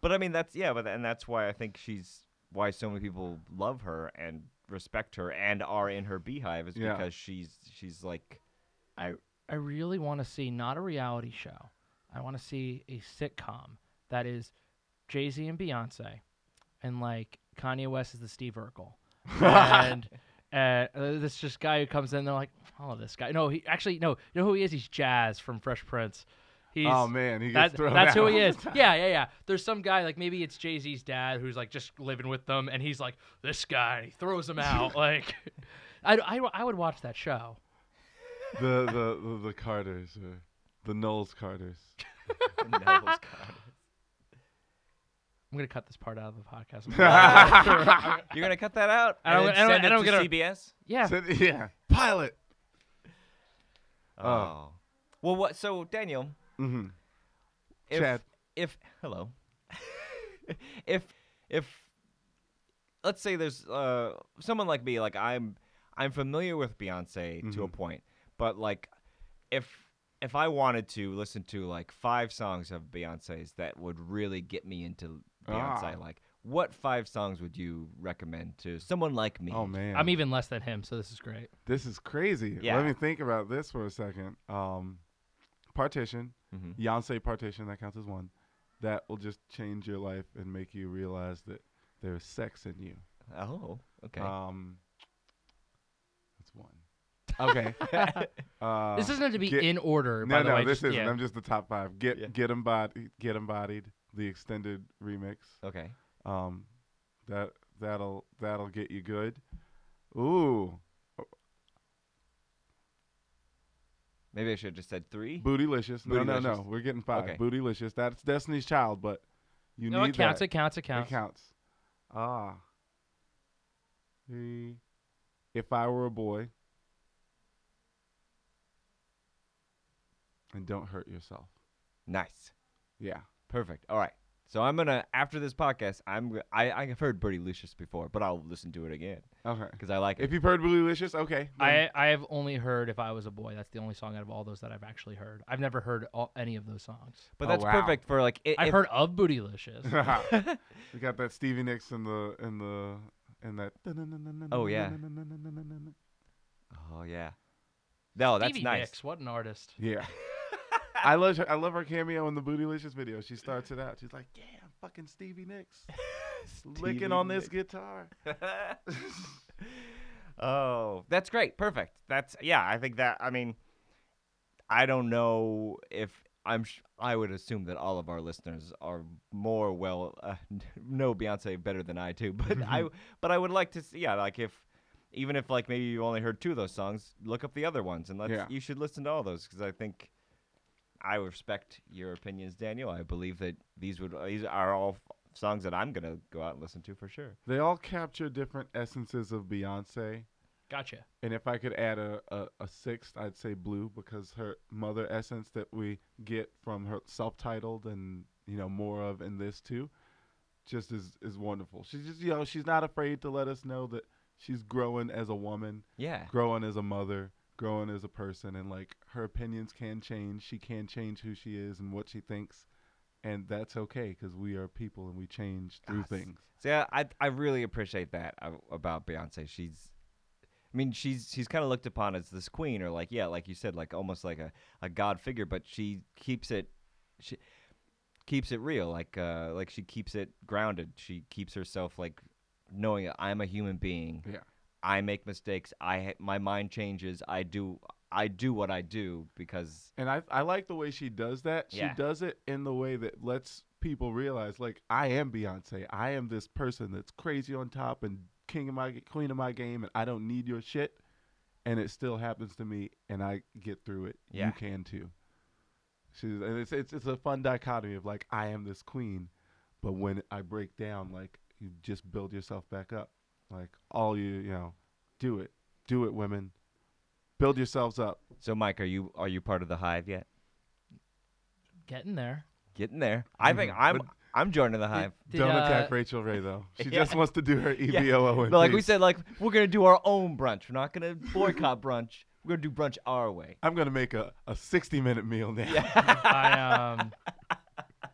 Speaker 2: But I mean, that's yeah, but and that's why I think she's why so many people love her and respect her and are in her beehive is
Speaker 3: Yeah.
Speaker 2: because she's she's like,
Speaker 1: I I really want to see not a reality show. I want to see a sitcom that is Jay Z and Beyonce, and like Kanye West is the Steve Urkel, and uh, this just guy who comes in. They're like, oh, this guy. No, he actually no. You know who he is? He's Jazz from Fresh Prince. He's,
Speaker 3: oh man, he gets
Speaker 1: that,
Speaker 3: thrown.
Speaker 1: that's who
Speaker 3: out.
Speaker 1: he is. Yeah, yeah, yeah. There's some guy like maybe it's Jay Z's dad who's like just living with them, and he's like this guy. and He throws him out. like, I, I, I would watch that show.
Speaker 3: The the the, the Carters, or the Knowles Carters.
Speaker 2: no, it's God.
Speaker 1: I'm gonna cut this part out of the podcast. I'm gonna-
Speaker 2: you're gonna cut that out.
Speaker 1: I don't-
Speaker 2: and
Speaker 1: I don't-
Speaker 2: send
Speaker 1: I
Speaker 2: it
Speaker 1: don't
Speaker 2: to
Speaker 1: get a-
Speaker 2: CBS.
Speaker 1: yeah,
Speaker 3: So, yeah, pilot.
Speaker 2: Oh. Well, what? So Daniel,
Speaker 3: Mhm.
Speaker 2: if,
Speaker 3: Chad.
Speaker 2: if hello, if if let's say there's uh someone like me, like I'm I'm familiar with Beyonce to
Speaker 3: Mm-hmm.
Speaker 2: a point, but like if if I wanted to listen to like five songs of Beyonce's that would really get me into Beyonce,
Speaker 3: Ah.
Speaker 2: like what five songs would you recommend to someone like me?
Speaker 3: Oh man,
Speaker 1: I'm even less than him, so this is great.
Speaker 3: This is crazy.
Speaker 2: Yeah.
Speaker 3: Let me think about this for a second. Um, partition,
Speaker 2: Mm-hmm.
Speaker 3: Beyonce partition, that counts as one. That will just change your life and make you realize that there's sex in you.
Speaker 2: Oh, okay.
Speaker 3: Um, that's one. Okay. uh,
Speaker 1: this doesn't have to be
Speaker 3: get-
Speaker 1: in order.
Speaker 3: no,
Speaker 1: by the
Speaker 3: no,
Speaker 1: way.
Speaker 3: this
Speaker 1: just,
Speaker 3: isn't.
Speaker 1: yeah.
Speaker 3: I'm just the top five. Get
Speaker 2: Yeah.
Speaker 3: get embodied, get embodied. The extended remix.
Speaker 2: okay.
Speaker 3: Um, that that'll that'll get you good. Ooh,
Speaker 2: Maybe I should have just said three.
Speaker 3: Bootylicious. No, no, no.
Speaker 2: Bootylicious.
Speaker 3: We're getting five.
Speaker 2: Okay.
Speaker 3: Bootylicious. That's Destiny's Child, but you
Speaker 1: no,
Speaker 3: need
Speaker 1: it counts.
Speaker 3: that.
Speaker 1: It counts. It
Speaker 3: It
Speaker 1: counts.
Speaker 3: counts. Ah. The If I Were a Boy. And Don't Hurt Yourself.
Speaker 2: Nice.
Speaker 3: Yeah.
Speaker 2: Perfect. All right. So I'm gonna after this podcast, I'm g- I I have heard Birdie Lucius before, but I'll listen to it again
Speaker 3: Okay.
Speaker 2: because I like it.
Speaker 3: If you've heard Bootylicious, okay.
Speaker 1: I
Speaker 3: then-
Speaker 1: I have only heard if I was a boy. That's the only song out of all those that I've actually heard. I've never heard all, any of those songs.
Speaker 2: but
Speaker 3: Oh,
Speaker 2: that's
Speaker 3: wow.
Speaker 2: perfect for like i- if,
Speaker 1: I've heard of
Speaker 3: Oh,
Speaker 1: Bootylicious.
Speaker 3: we got that Stevie Nicks in the in the in that.
Speaker 2: Oh, yeah. Oh yeah. No, that's
Speaker 1: Stevie
Speaker 2: nice.
Speaker 1: Nicks, what an artist.
Speaker 3: Yeah. I love her. I love her cameo in the Bootylicious video. She starts it out. She's like, "Yeah, I'm fucking Stevie Nicks, licking
Speaker 2: Stevie
Speaker 3: on this guitar."
Speaker 2: oh, that's great. Perfect. That's yeah. I think that. I mean, I don't know if I'm. Sh- I would assume that all of our listeners are more well uh, know Beyonce better than I do. But I. But I would like to see. Yeah, like if. Even if like maybe you only heard two of those songs, look up the other ones and let's.
Speaker 3: Yeah.
Speaker 2: You should listen to all those because I think. I respect your opinions, Daniel. I believe that these would these are all songs that I'm gonna go out and listen to for sure.
Speaker 3: They all capture different essences of Beyonce.
Speaker 1: Gotcha.
Speaker 3: And if I could add a, a, a sixth, I'd say Blue because her mother essence that we get from her self-titled and you know more of in this too just is is wonderful she's just you know she's not afraid to let us know that she's growing as a woman
Speaker 2: Yeah.
Speaker 3: growing as a mother growing as a person and like her opinions can change she can change who she is and what she thinks and that's okay because we are people and we change through
Speaker 2: Yes.
Speaker 3: things
Speaker 2: So yeah, I I really appreciate that a- about Beyonce. She's, I mean, she's she's kind of looked upon as this queen, or like yeah, like you said, like almost like a, a god figure, but she keeps it, she keeps it real, like uh like she keeps it grounded. She keeps herself like knowing that I'm a human being.
Speaker 3: Yeah.
Speaker 2: I make mistakes. I ha- my mind changes. I do I do what I do because
Speaker 3: And I I like the way she does that. She
Speaker 2: Yeah.
Speaker 3: does it in the way that lets people realize, like, I am Beyonce. I am this person that's crazy on top and king of my queen of my game, and I don't need your shit. And it still happens to me, and I get through it.
Speaker 2: Yeah.
Speaker 3: You can too. She's and it's, it's it's a fun dichotomy of like I am this queen, but when I break down, like you just build yourself back up. Like all you you know, do it, do it, women, build yourselves up.
Speaker 2: so Mike, are you are you part of the hive yet?
Speaker 1: Getting there.
Speaker 2: Getting there. I think I'm I'm joining the hive.
Speaker 1: Did,
Speaker 3: Don't
Speaker 1: uh,
Speaker 3: attack Rachel Ray though. She
Speaker 2: Yeah.
Speaker 3: just wants to do her E
Speaker 2: Yeah.
Speaker 3: EVOO. in
Speaker 2: But like we
Speaker 3: peace.
Speaker 2: said, like we're gonna do our own brunch. We're not gonna boycott brunch. We're gonna do brunch our way.
Speaker 3: I'm gonna make a, a 60 minute meal now.
Speaker 1: I um.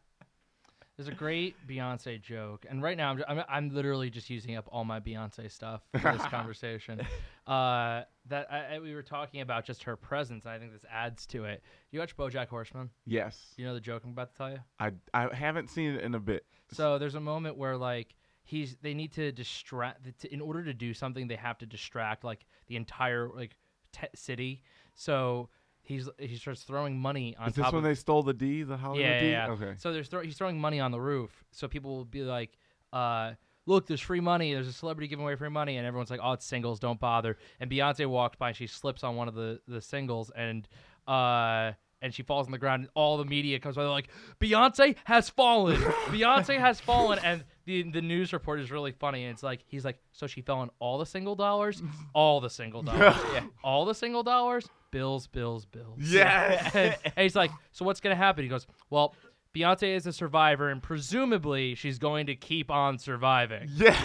Speaker 1: There's a great Beyonce joke, and right now I'm, ju- I'm I'm literally just using up all my Beyonce stuff for this conversation. Uh, that I, I- we were talking about just her presence, and I think this adds to it. You watch BoJack Horseman?
Speaker 3: Yes,
Speaker 1: Do you know the joke I'm about to tell you?
Speaker 3: I I haven't seen it in a bit.
Speaker 1: So there's a moment where like he's they need to distract to, in order to do something they have to distract like the entire like te- city. So he's he starts throwing money on
Speaker 3: Is this
Speaker 1: top
Speaker 3: when
Speaker 1: of
Speaker 3: they stole the D, the Hollywood
Speaker 1: yeah,
Speaker 3: D?
Speaker 1: yeah, yeah.
Speaker 3: Okay.
Speaker 1: So there's throw, he's throwing money on the roof. So people will be like, uh, "Look, there's free money. There's a celebrity giving away free money," and everyone's like, "Oh, it's singles. Don't bother." And Beyonce walked by. She slips on one of the the singles, and uh. And she falls on the ground, and all the media comes by. They're like, "Beyonce has fallen. Beyonce has fallen." And the the news report is really funny. And it's like he's like, "So she fell on all the single dollars, all the single dollars, all the single dollars, bills, bills, bills."
Speaker 3: Yes.
Speaker 1: and, and he's like, "So what's gonna happen?" He goes, "Well, Beyonce is a survivor, and presumably she's going to keep on surviving."
Speaker 3: Yes.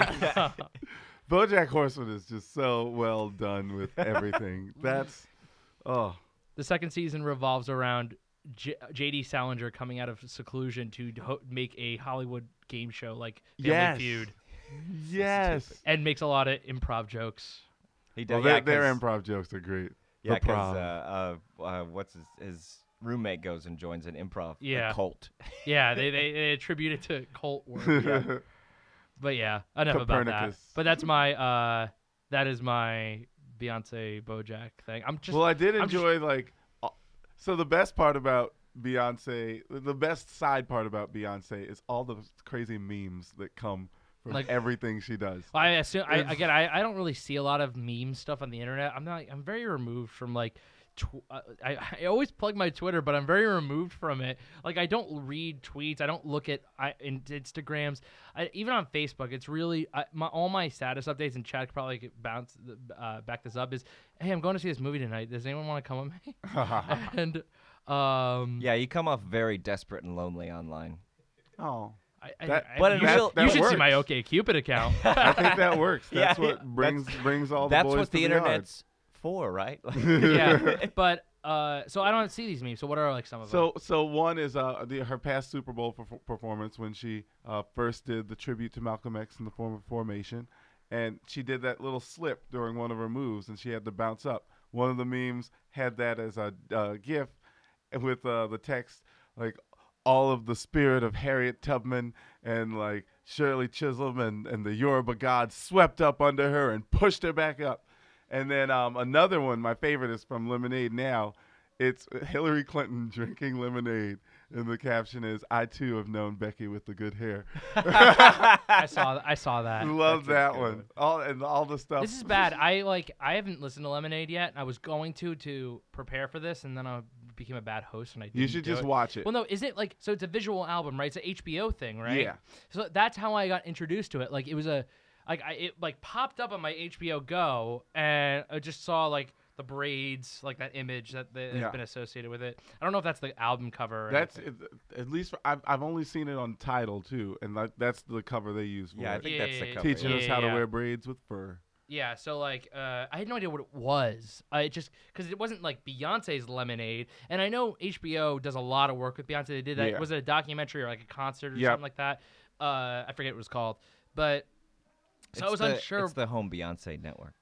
Speaker 3: BoJack Horseman is just so well done with everything. That's oh
Speaker 1: The second season revolves around J- J.D. Salinger coming out of seclusion to ho- make a Hollywood game show like Family
Speaker 3: Yes.
Speaker 1: Feud,
Speaker 3: yes.
Speaker 1: and makes a lot of improv jokes.
Speaker 2: He does.
Speaker 3: Well,
Speaker 2: yeah,
Speaker 3: their, their
Speaker 2: 'cause-
Speaker 3: improv jokes are great.
Speaker 2: yeah,
Speaker 3: the
Speaker 2: 'cause,
Speaker 3: prom.
Speaker 2: uh, uh, uh, what's his, his roommate goes and joins an improv a
Speaker 1: Yeah.
Speaker 2: cult.
Speaker 1: Yeah, they they, they attribute it to cult work. But yeah, enough about that.
Speaker 3: Copernicus.
Speaker 1: But that's my uh, that is my Beyonce BoJack thing. I'm just
Speaker 3: well, I did
Speaker 1: I'm sh-
Speaker 3: enjoy like. uh, So the best part about Beyonce, the best side part about Beyonce is all the crazy memes that come from
Speaker 1: Like-
Speaker 3: everything she does.
Speaker 1: Well, I assume I, again. I, I don't really see a lot of meme stuff on the internet. I'm not. I'm very removed from like. Tw- uh, I I always plug my Twitter, but I'm very removed from it. Like I don't read tweets. I don't look at I in Instagrams. I, even on Facebook, it's really I, my all my status updates. And Chad could probably could bounce the- uh, back this up. Is hey, I'm going to see this movie tonight. Does anyone want to come with me? and um,
Speaker 2: Yeah, you come off very desperate and lonely online.
Speaker 3: Oh,
Speaker 1: I, I,
Speaker 3: That-
Speaker 1: I-
Speaker 2: but
Speaker 1: you
Speaker 2: in
Speaker 1: should,
Speaker 2: real-
Speaker 1: you
Speaker 2: that
Speaker 1: should see my
Speaker 3: works.
Speaker 1: OK Cupid account.
Speaker 3: I think that works.
Speaker 2: Yeah,
Speaker 3: That's
Speaker 2: yeah.
Speaker 3: what brings brings all the
Speaker 2: That's
Speaker 3: boys
Speaker 2: what
Speaker 3: to
Speaker 2: the
Speaker 3: the yard.
Speaker 2: internet's for, right? Like-
Speaker 1: yeah, but uh, so I don't see these memes. So what are like some of them?
Speaker 3: So, so one is uh, the, her past Super Bowl perf- performance when she uh, first did the tribute to Malcolm X in the form of formation, and she did that little slip during one of her moves, and she had to bounce up. One of the memes had that as a uh, gif with uh, the text like all of the spirit of Harriet Tubman and like Shirley Chisholm and, and the Yoruba gods swept up under her and pushed her back up. And then um, another one, my favorite is from Lemonade Now. It's Hillary Clinton drinking lemonade, and the caption is, "I too have known Becky with the good hair."
Speaker 1: I saw I saw that.
Speaker 3: Love
Speaker 2: That's a
Speaker 3: that
Speaker 2: good
Speaker 3: one.
Speaker 2: one.
Speaker 3: All and all the stuff.
Speaker 1: This is bad. I like I haven't listened to Lemonade yet. and I was going to to prepare for this, and then I became a bad host, and I didn't
Speaker 3: You should
Speaker 1: do
Speaker 3: just
Speaker 1: it.
Speaker 3: watch it.
Speaker 1: Well, no, is it like so? It's a visual album, right? It's an HBO thing, right?
Speaker 3: Yeah.
Speaker 1: So that's how I got introduced to it. Like it was a, like I it like popped up on my HBO Go, and I just saw like the braids, like that image that that has
Speaker 3: Yeah.
Speaker 1: been associated with it. I don't know if that's the album cover. or
Speaker 3: That's
Speaker 1: anything.
Speaker 3: it, at least for, I've I've only seen it on Title too, and that, that's the cover they use for
Speaker 2: Yeah, I
Speaker 3: it.
Speaker 2: think
Speaker 1: Yeah,
Speaker 2: that's
Speaker 1: yeah,
Speaker 2: the cover.
Speaker 3: teaching
Speaker 2: yeah.
Speaker 3: us how
Speaker 1: yeah.
Speaker 3: to wear braids with fur.
Speaker 1: yeah. So like, uh, I had no idea what it was. I it just because it wasn't like Beyonce's Lemonade, and I know HBO does a lot of work with Beyonce. They did that.
Speaker 3: Yeah.
Speaker 1: Was it a documentary or like a concert or
Speaker 3: Yep.
Speaker 1: something like that? Uh, I forget what it was called, but. So I was
Speaker 2: It's the-
Speaker 1: unsure.
Speaker 2: It's the home Beyonce network.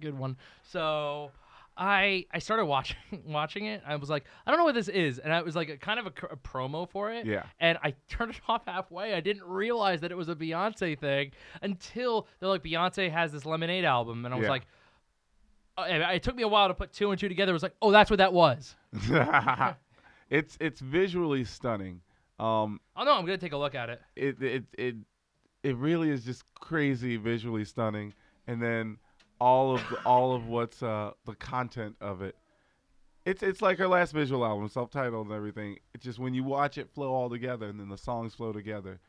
Speaker 1: good one. So I I started watching watching it. I was like, I don't know what this is, and I was like, a, kind of a, cr- a promo for it.
Speaker 3: Yeah.
Speaker 1: And I turned it off halfway. I didn't realize that it was a Beyonce thing until they're like, Beyonce has this Lemonade album, and I was
Speaker 3: Yeah.
Speaker 1: like. uh, and It took me a while to put two and two together. It was like, oh, that's what that was.
Speaker 3: it's it's visually stunning. Um,
Speaker 1: Oh no, I'm gonna take a look at it.
Speaker 3: it it it it really is just crazy visually stunning, and then all of the, all of what's uh the content of it. It's it's like her last visual album, self-titled and everything. It's just when you watch it flow all together, and then the songs flow together,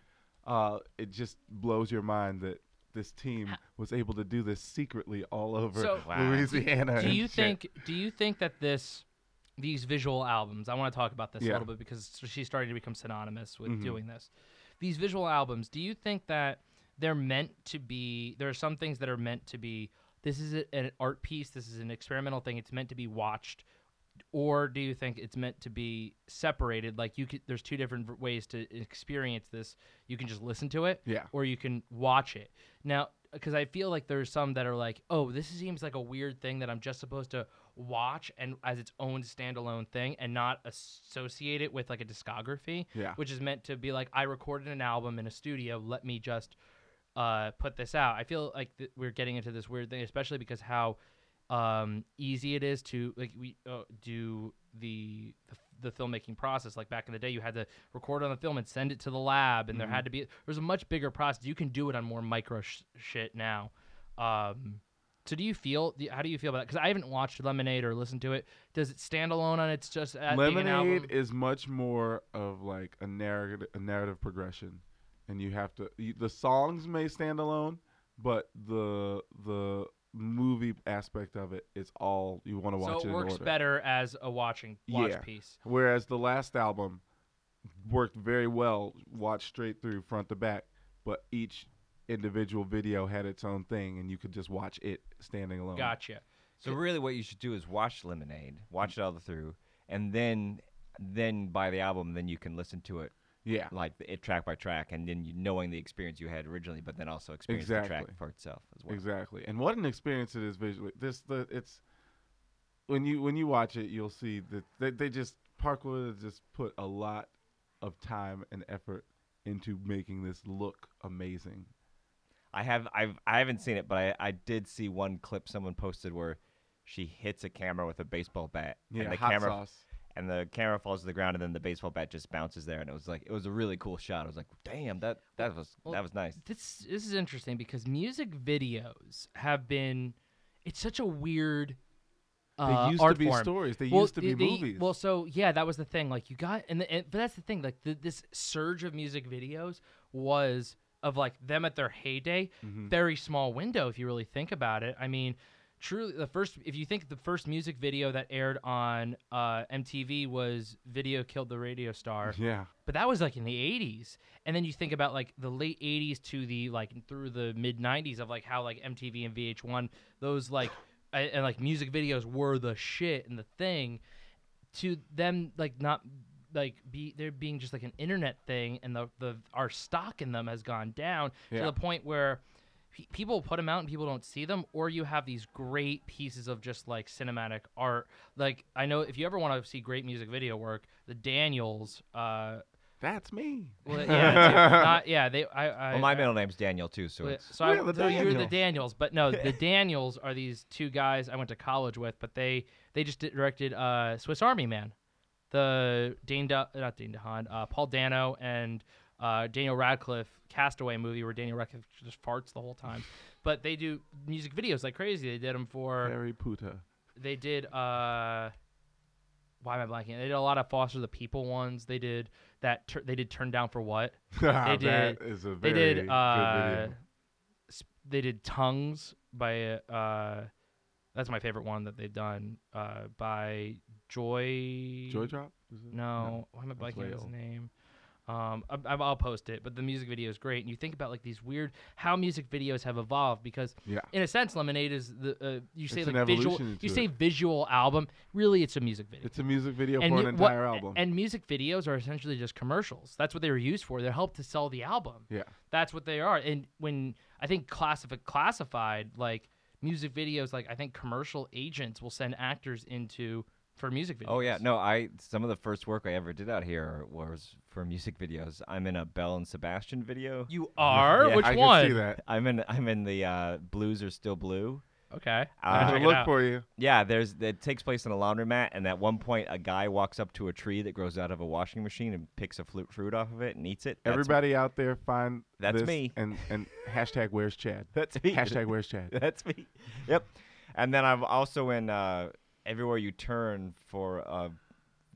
Speaker 3: uh, it just blows your mind that this team was able to do this secretly all over
Speaker 1: So-
Speaker 2: Wow.
Speaker 3: Louisiana.
Speaker 1: do
Speaker 3: and
Speaker 1: you
Speaker 3: shit.
Speaker 1: think do you think that this these visual albums i want to talk about this a
Speaker 3: Yeah.
Speaker 1: little bit because she's starting to become synonymous with
Speaker 3: Mhm.
Speaker 1: doing this these visual albums do you think that they're meant to be there are some things that are meant to be this is a- an art piece this is an experimental thing it's meant to be watched or do you think it's meant to be separated like you could there's two different v- ways to experience this you can just listen to it
Speaker 3: Yeah.
Speaker 1: or you can watch it now because i feel like there's some that are like oh this seems like a weird thing that i'm just supposed to watch and as its own standalone thing and not associate it with like a discography
Speaker 3: Yeah.
Speaker 1: which is meant to be like i recorded an album in a studio let me just uh, put this out i feel like th- we're getting into this weird thing especially because how um, easy it is to like we uh, do the, the the filmmaking process. Like back in the day, you had to record on the film and send it to the lab, and there
Speaker 3: Mm-hmm.
Speaker 1: had to be there was a much bigger process. You can do it on more micro sh- shit now. Um, so do you feel? do- How do you feel about that? Because I haven't watched Lemonade or listened to it. Does it stand alone on its just uh, being an album?
Speaker 3: Lemonade is much more of like a narrative a narrative progression, and you have to you, the songs may stand alone, but the the movie aspect of it is all you want to watch.
Speaker 1: so
Speaker 3: it
Speaker 1: it
Speaker 3: in
Speaker 1: works
Speaker 3: order.
Speaker 1: better as a watching watch
Speaker 3: Yeah.
Speaker 1: piece.
Speaker 3: Whereas the last album worked very well, watched straight through front to back, but each individual video had its own thing, and you could just watch it standing alone.
Speaker 1: Gotcha.
Speaker 2: So really, what you should do is watch Lemonade, watch it all through, and then then buy the album. Then you can listen to it
Speaker 3: Yeah.
Speaker 2: like it track by track, and then you, knowing the experience you had originally, but then also experience the
Speaker 3: Exactly.
Speaker 2: track for itself as well.
Speaker 3: Exactly. And what an experience it is visually. This the it's when you when you watch it, you'll see that they, they just Parkwood has just put a lot of time and effort into making this look amazing.
Speaker 2: I have I've I haven't seen it, but I, I did see one clip someone posted where she hits a camera with a baseball bat,
Speaker 3: Yeah,
Speaker 2: and the
Speaker 3: hot
Speaker 2: camera
Speaker 3: sauce.
Speaker 2: and the camera falls to the ground, and then the baseball bat just bounces there, and it was like it was a really cool shot. I was like, damn, that that was
Speaker 1: well,
Speaker 2: that was nice.
Speaker 1: this this is interesting because music videos have been it's such a weird uh,
Speaker 3: used to
Speaker 1: art
Speaker 3: be
Speaker 1: form.
Speaker 3: stories. They used to
Speaker 1: the-
Speaker 3: be
Speaker 1: the-
Speaker 3: movies.
Speaker 1: Well, so yeah, that was the thing. Like you got and, the, and but that's the thing. Like the, this surge of music videos was of like them at their heyday.
Speaker 3: Mm-hmm.
Speaker 1: Very small window if you really think about it. I mean, truly the first if you think the first music video that aired on uh, MTV was "Video Killed the Radio Star."
Speaker 3: Yeah.
Speaker 1: but that was like in the 80s and then you think about like the late 80s to the like through the mid 90s of like how like mtv and vh1 those like and, and like music videos were the shit and the thing to them like not like be there being just like an internet thing and the, the our stock in them has gone down to
Speaker 3: Yeah.
Speaker 1: the point where pe- people put them out and people don't see them or you have these great pieces of just like cinematic art like i know if you ever want to see great music video work the daniels uh
Speaker 3: That's me.
Speaker 1: well, yeah, that's it. Not- yeah, they. I. I
Speaker 2: Well, my
Speaker 1: I-
Speaker 2: middle name's Daniel too, so
Speaker 1: well,
Speaker 2: it's
Speaker 1: so I,
Speaker 3: Yeah, the
Speaker 1: so you're the
Speaker 3: Daniels.
Speaker 1: Daniels, but no, the Daniels are these two guys I went to college with, but they they just di- directed uh, Swiss Army Man, the Dane De, not Dane DeHaan, uh, Paul Dano and uh, Daniel Radcliffe Castaway movie where Daniel Radcliffe just farts the whole time, but they do music videos like crazy. They did them for
Speaker 3: Harry Puta.
Speaker 1: they did uh why am I blanking? They did a lot of Foster the People ones. They did that. Tur- they did Turn Down for What.
Speaker 3: that
Speaker 1: did-
Speaker 3: is a
Speaker 1: They
Speaker 3: very
Speaker 1: did.
Speaker 3: good
Speaker 1: Uh,
Speaker 3: video.
Speaker 1: sp- they did Tongues by uh That's my favorite one that they've done uh, by Joy.
Speaker 3: Joy Drop? Is it?
Speaker 1: No, why am I
Speaker 3: that's
Speaker 1: blanking on his
Speaker 3: Whale.
Speaker 1: name? Um, I, I- I'll post it, but the music video is great, and you think about like these weird how music videos have evolved because,
Speaker 3: Yeah.
Speaker 1: in a sense, Lemonade is the uh, you say
Speaker 3: It's an
Speaker 1: like visual,
Speaker 3: evolution
Speaker 1: you
Speaker 3: into
Speaker 1: say
Speaker 3: it.
Speaker 1: visual album. Really, it's a music video
Speaker 3: It's a music video for
Speaker 1: you-
Speaker 3: an
Speaker 1: what-
Speaker 3: entire album.
Speaker 1: And music videos are essentially just commercials. That's what they were used for. They help to sell the album.
Speaker 3: yeah.
Speaker 1: That's what they are. And when I think classifi- classified, like music videos, like I think commercial agents will send actors into for music videos.
Speaker 2: Oh yeah, no, I some of the first work I ever did out here was for music videos. I'm in a Bell and Sebastian video.
Speaker 1: You are?
Speaker 2: Yeah,
Speaker 1: Which
Speaker 3: I
Speaker 1: one?
Speaker 3: can see that.
Speaker 2: I'm in I'm in the uh, Blues Are Still Blue.
Speaker 1: Okay.
Speaker 2: Uh,
Speaker 1: I'll
Speaker 3: I'm
Speaker 1: check
Speaker 3: gonna
Speaker 1: it
Speaker 3: look
Speaker 1: out.
Speaker 3: for you.
Speaker 2: Yeah, there's that takes place in a laundromat, and at one point a guy walks up to a tree that grows out of a washing machine and picks a flute fruit off of it and eats it. That's-
Speaker 3: Everybody out there, find
Speaker 2: That's
Speaker 3: this
Speaker 2: me.
Speaker 3: and and hashtag Where's Chad?
Speaker 2: That's me.
Speaker 3: hashtag Where's Chad?
Speaker 2: That's me. Yep. And then I'm also in uh, Everywhere You Turn for a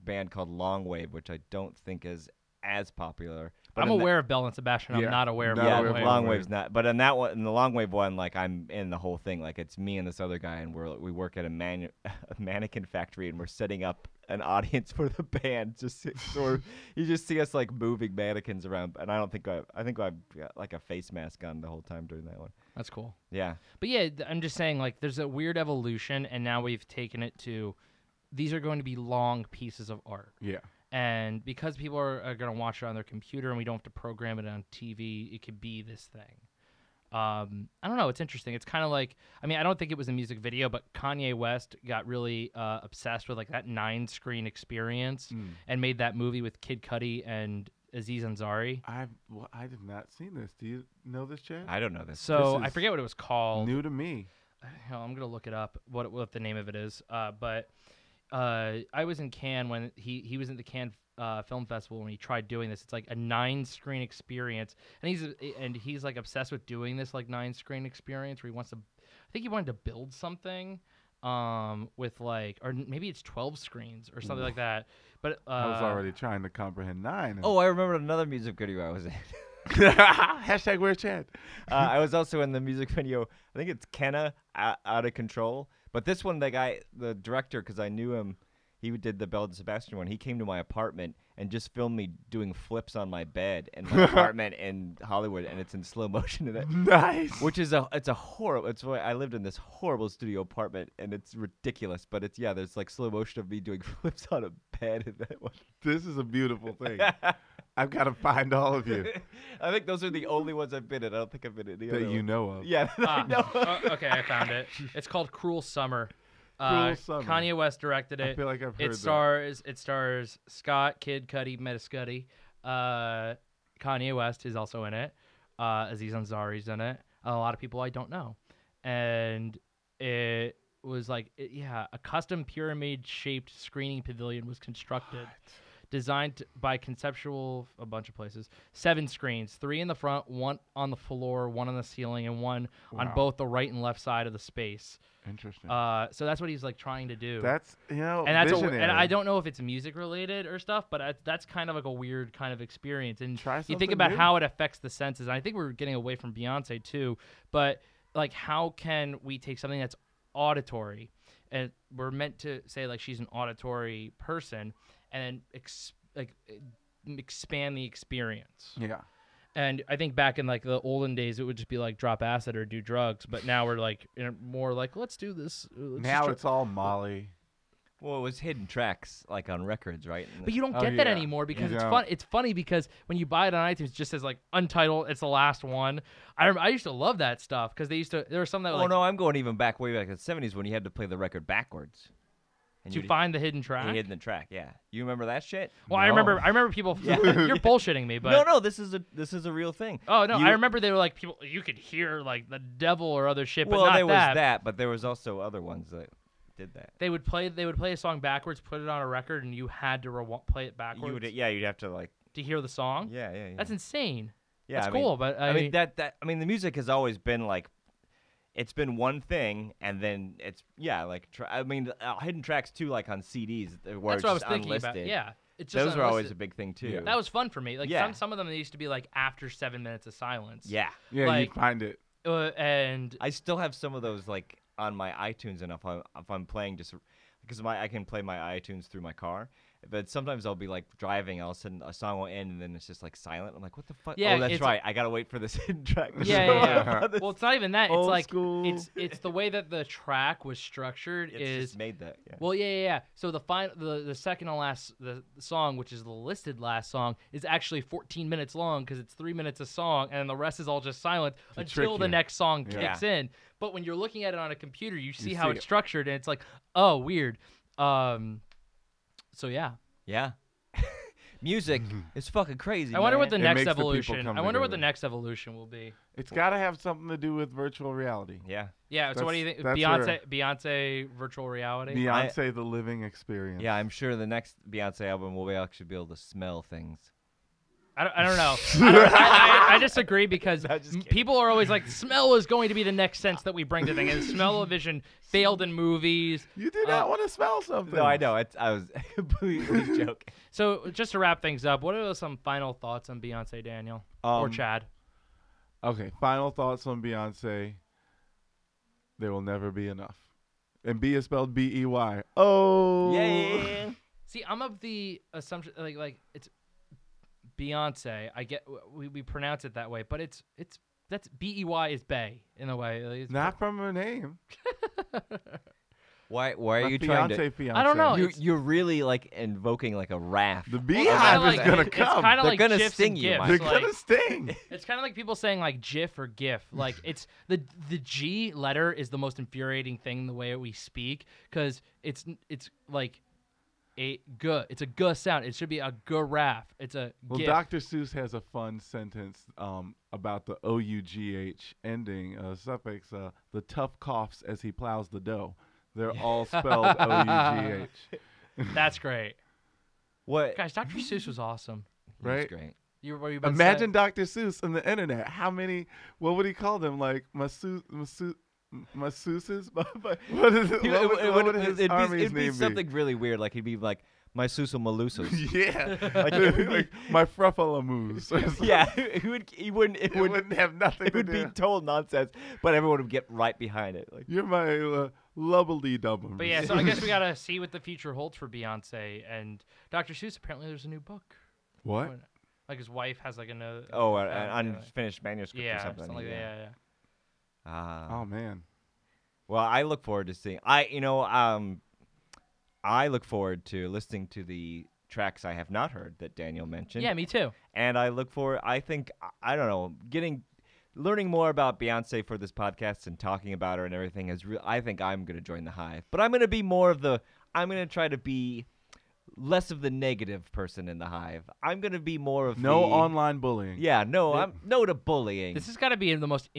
Speaker 2: band called Long Wave, which I don't think is as popular.
Speaker 1: I'm
Speaker 2: in the-
Speaker 1: aware of Bell and Sebastian. I'm
Speaker 3: Yeah,
Speaker 1: not aware of
Speaker 3: not
Speaker 2: yeah,
Speaker 1: Bell
Speaker 3: aware
Speaker 1: and
Speaker 3: of
Speaker 1: Wave.
Speaker 3: Long
Speaker 2: long
Speaker 3: Wave.
Speaker 2: wave's not. But in that one, in the long wave one, like I'm in the whole thing. Like it's me and this other guy, and we're we work at a, manu- a mannequin factory, and we're setting up an audience for the band. Just sit- sort of, you just see us like moving mannequins around. And I don't think I, I think I've got like a face mask on the whole time during that one.
Speaker 1: That's cool.
Speaker 2: Yeah,
Speaker 1: But yeah, th- I'm just saying, like, there's a weird evolution, and now we've taken it to these are going to be long pieces of art.
Speaker 3: Yeah.
Speaker 1: and because people are, are going to watch it on their computer and we don't have to program it on tv it could be this thing um, i don't know it's interesting it's kind of like i mean i don't think it was a music video but kanye west got really uh, obsessed with like that nine screen experience and made that movie with kid cudi and aziz ansari
Speaker 3: I well, I have not seen this. Do you know this, Chad?
Speaker 2: I don't know this.
Speaker 1: so
Speaker 3: This
Speaker 1: i
Speaker 3: is
Speaker 1: forget what it was called
Speaker 3: New to me.
Speaker 1: hell, I'm gonna look it up. What what the name of it is? Uh, but uh, I was in Cannes when he he was in the Cannes uh, Film Festival when he tried doing this. It's like a nine screen experience, and he's and he's like obsessed with doing this like nine screen experience where he wants to. I think he wanted to build something um with like or maybe it's 12 screens or something like that but uh
Speaker 3: I was already trying to comprehend nine.
Speaker 2: Oh, I remembered another music video I was in.
Speaker 3: hashtag Where's Chad?
Speaker 2: uh, I was also in the music video. I think it's Kenna O- out of control. But this one, the guy, the director, because I knew him, he did the Bell and Sebastian one. He came to my apartment and just filmed me doing flips on my bed in my apartment in Hollywood, and it's in slow motion. And it,
Speaker 3: Nice.
Speaker 2: which is a it's a horrible. It's why I lived in this horrible studio apartment, and it's ridiculous. But it's yeah, there's like slow motion of me doing flips on a bed in that one.
Speaker 3: This is a beautiful thing. I've got to find all of you
Speaker 2: I think those are the only ones I've been in. I don't think I've been in any other
Speaker 3: that you
Speaker 2: one.
Speaker 3: know of.
Speaker 2: Yeah, that I
Speaker 1: Ah,
Speaker 2: know.
Speaker 1: o- okay i found it it's called cruel summer uh,
Speaker 3: Cruel Summer.
Speaker 1: kanye west directed it
Speaker 3: I feel like I've heard
Speaker 1: it stars it stars Scott Kid Cudi Metascuddy. Uh, Kanye West is also in it. Uh, Aziz Ansari's in it. A lot of people I don't know, and it was like it- yeah, a custom pyramid shaped screening pavilion was constructed. Designed by conceptual, a bunch of places. Seven screens, three in the front, one on the floor, one on the ceiling, and one on
Speaker 3: Wow.
Speaker 1: both the right and left side of the space.
Speaker 3: that. Interesting.
Speaker 1: Uh, so that's what he's like trying to do
Speaker 3: that's you know,
Speaker 1: and that's a,
Speaker 3: visionary.
Speaker 1: and I don't know if it's music related or stuff, but I, that's kind of like a weird kind of experience. And
Speaker 3: Try
Speaker 1: you think
Speaker 3: something
Speaker 1: about
Speaker 3: new.
Speaker 1: how it affects the senses. And I think we're getting away from Beyonce too, but like how can we take something that's auditory and we're meant to say like she's an auditory person and then ex- like eh, expand the experience.
Speaker 3: Yeah.
Speaker 1: And I think back in like the olden days, it would just be like drop acid or do drugs. But now we're like you know, more like let's do this. uh, let's just
Speaker 3: Now
Speaker 1: try-
Speaker 3: it's all Molly.
Speaker 2: Well, it was hidden tracks, like on records, right? And
Speaker 1: But you don't
Speaker 3: Oh,
Speaker 1: get that
Speaker 3: yeah.
Speaker 1: anymore because
Speaker 3: You
Speaker 1: it's
Speaker 3: don't.
Speaker 1: fun. It's funny because when you buy it on iTunes, it just says like untitled. It's the last one. I rem- I used to love that stuff because they used to. There was some that
Speaker 2: oh
Speaker 1: like
Speaker 2: no, I'm going even back way back in the '70s when you had to play the record backwards. And
Speaker 1: to
Speaker 2: you
Speaker 1: find the hidden track.
Speaker 2: hidden the track. Yeah, you remember that shit?
Speaker 1: well, I remember. I remember people. You're bullshitting me, but
Speaker 2: no, no, this is a this is a real thing.
Speaker 1: Oh no,
Speaker 2: You-
Speaker 1: I remember they were like people. You could hear like the devil or other shit, but
Speaker 2: Well,
Speaker 1: not
Speaker 2: there
Speaker 1: that.
Speaker 2: was that, but there was also other ones that did that.
Speaker 1: They would play. They would play a song backwards, put it on a record, and you had to rewa play it backwards
Speaker 2: You would, yeah, you'd have to like,
Speaker 1: to hear the song.
Speaker 2: yeah, yeah, yeah.
Speaker 1: That's insane.
Speaker 2: yeah,
Speaker 1: that's
Speaker 2: I mean-
Speaker 1: cool, but
Speaker 2: I,
Speaker 1: I
Speaker 2: mean that that I mean the music has always been like, it's been one thing, and then it's yeah, like tra- I mean uh, hidden tracks too, like on CDs. uh, Where
Speaker 1: That's
Speaker 2: it's
Speaker 1: what I was
Speaker 2: just
Speaker 1: thinking
Speaker 2: unlisted.
Speaker 1: about. Yeah, it's just
Speaker 2: those were always
Speaker 1: unlisted.
Speaker 2: a big thing too.
Speaker 3: Yeah.
Speaker 1: That was fun for me. Like
Speaker 2: Yeah.
Speaker 1: some some of them they used to be like after seven minutes of silence.
Speaker 2: Yeah.
Speaker 3: Yeah,
Speaker 1: Like-
Speaker 3: you find it.
Speaker 1: Uh, and
Speaker 2: I still have some of those like on my iTunes enough. I- If I'm playing just because my I can play my iTunes through my car, but sometimes I'll be like driving, all of a sudden a song will end and then it's just like silent. I'm like, what the fuck?
Speaker 1: Yeah,
Speaker 2: oh, that's
Speaker 1: it's-
Speaker 2: right. I gotta wait for this end track. to
Speaker 1: Yeah,
Speaker 2: show
Speaker 1: yeah,
Speaker 2: up
Speaker 1: yeah.
Speaker 2: on this-
Speaker 1: Well, it's not even that. It's
Speaker 3: Old
Speaker 1: like
Speaker 3: school.
Speaker 1: it's it's the way that the track was structured
Speaker 2: it's
Speaker 1: is
Speaker 2: just made that. Yeah.
Speaker 1: Well, yeah, yeah, yeah. So the final, the, the second to last the, the song, which is the listed last song, is actually 14 minutes long because it's three minutes a song, and the rest is all just silent until
Speaker 3: trick
Speaker 1: the
Speaker 3: you.
Speaker 1: next song
Speaker 3: Yeah.
Speaker 1: kicks in. But when you're looking at it on a computer, you see how
Speaker 3: see
Speaker 1: it's
Speaker 3: it.
Speaker 1: structured, and it's like, oh, weird. Um, so yeah,
Speaker 2: yeah. Music is fucking crazy.
Speaker 1: I wonder what the
Speaker 2: man.
Speaker 3: It
Speaker 1: next
Speaker 3: makes the people
Speaker 1: evolution.
Speaker 3: come
Speaker 1: I wonder what the
Speaker 3: together.
Speaker 1: next evolution will be.
Speaker 3: It's got to have something to do with virtual reality.
Speaker 2: Yeah.
Speaker 1: Yeah. so what do you think?
Speaker 3: That's-
Speaker 1: Beyonce,
Speaker 3: that's where-
Speaker 1: Beyonce virtual reality.
Speaker 3: Beyonce, the living experience.
Speaker 2: Yeah, I'm sure the next Beyonce album will be actually be able to smell things.
Speaker 1: I don't, I don't know. I, don't- I, I, I disagree because
Speaker 2: No, just
Speaker 1: m-
Speaker 2: kidding.
Speaker 1: people are always like, smell is going to be the next sense that we bring to things. And smell vision failed in movies.
Speaker 3: You do not want to smell something.
Speaker 2: Uh, No, I know. It's, I was completely joking.
Speaker 1: So just to wrap things up, what are some final thoughts on Beyonce Daniel or
Speaker 2: Um,
Speaker 1: Chad?
Speaker 3: Okay, final thoughts on Beyonce. There will never be enough. And B is spelled B E Y. Oh.
Speaker 2: Yeah.
Speaker 1: See, I'm of the assumption like like it's Beyonce. I get we, we pronounce it that way, but it's it's that's B E Y is Bay in a way. Like, it's-
Speaker 3: Not from her name.
Speaker 2: Why? Why are
Speaker 3: My
Speaker 2: you trying
Speaker 3: fiance,
Speaker 2: to?
Speaker 3: fiance.
Speaker 1: I don't know.
Speaker 2: You're,
Speaker 1: It's-
Speaker 2: you're really like invoking like a wrath.
Speaker 3: The
Speaker 1: it's
Speaker 3: beehive
Speaker 1: kinda
Speaker 3: is
Speaker 1: like-
Speaker 3: gonna
Speaker 1: it's
Speaker 3: come.
Speaker 1: kinda
Speaker 2: They're
Speaker 1: like
Speaker 2: gonna
Speaker 1: gifs and
Speaker 2: sting you,
Speaker 1: gifs,
Speaker 2: Mike.
Speaker 3: They're
Speaker 1: like-
Speaker 3: gonna sting.
Speaker 1: It's kind of like people saying like GIF or GIF. Like it's the the G letter is the most infuriating thing the way we speak because it's it's like a g. It's a g sound. It should be a giraffe. It's a
Speaker 3: Well,
Speaker 1: gif.
Speaker 3: Dr. Seuss has a fun sentence um, about the O U G H ending uh, suffix. Uh, the tough coughs as he plows the dough. They're all spelled O U G H.
Speaker 1: That's great,
Speaker 2: What?
Speaker 1: guys. Dr. Seuss was awesome.
Speaker 2: He was
Speaker 3: right?
Speaker 2: Great.
Speaker 1: You, what you about to say?
Speaker 3: Imagine Dr. Seuss on the internet. How many? What would he call them? Like masseuse, masseuse, masseuses? what is it?
Speaker 2: He-
Speaker 3: What would,
Speaker 2: it would-
Speaker 3: what would
Speaker 2: it'd
Speaker 3: his
Speaker 2: be-
Speaker 3: army's
Speaker 2: it'd be
Speaker 3: name
Speaker 2: something really weird. Like he'd be like my suso malusus.
Speaker 3: Yeah,
Speaker 2: Like, it would be-
Speaker 3: Like, my fruffalamoose.
Speaker 2: yeah. It would. He wouldn't. It,
Speaker 3: it
Speaker 2: would.
Speaker 3: wouldn't have nothing.
Speaker 2: It would
Speaker 3: to
Speaker 2: be
Speaker 3: do.
Speaker 2: total nonsense. But everyone would get right behind it. Like.
Speaker 3: You're my uh, lubbly dubbum.
Speaker 1: But yeah, so I guess we gotta see what the future holds for Beyonce and Dr. Seuss. Apparently, there's a new book.
Speaker 3: what?
Speaker 1: Like his wife has like another.
Speaker 2: Oh, an,
Speaker 1: uh,
Speaker 2: an unfinished manuscript
Speaker 1: yeah,
Speaker 2: or something.
Speaker 1: something like that. Yeah, yeah.
Speaker 2: Ah.
Speaker 3: Oh man,
Speaker 2: Well, I look forward to seeing. I, you know, um, I look forward to listening to the tracks I have not heard that Daniel mentioned.
Speaker 1: Yeah, me too.
Speaker 2: and I look forward. I think I- I don't know, getting, learning more about Beyonce for this podcast and talking about her and everything is. Re- I think I'm gonna join the hive, but I'm gonna be more of the. I'm gonna try to be less of the negative person in the hive. I'm gonna be more of
Speaker 3: no
Speaker 2: the-
Speaker 3: online bullying.
Speaker 2: Yeah, no, I'm no to bullying.
Speaker 1: This has got to be the most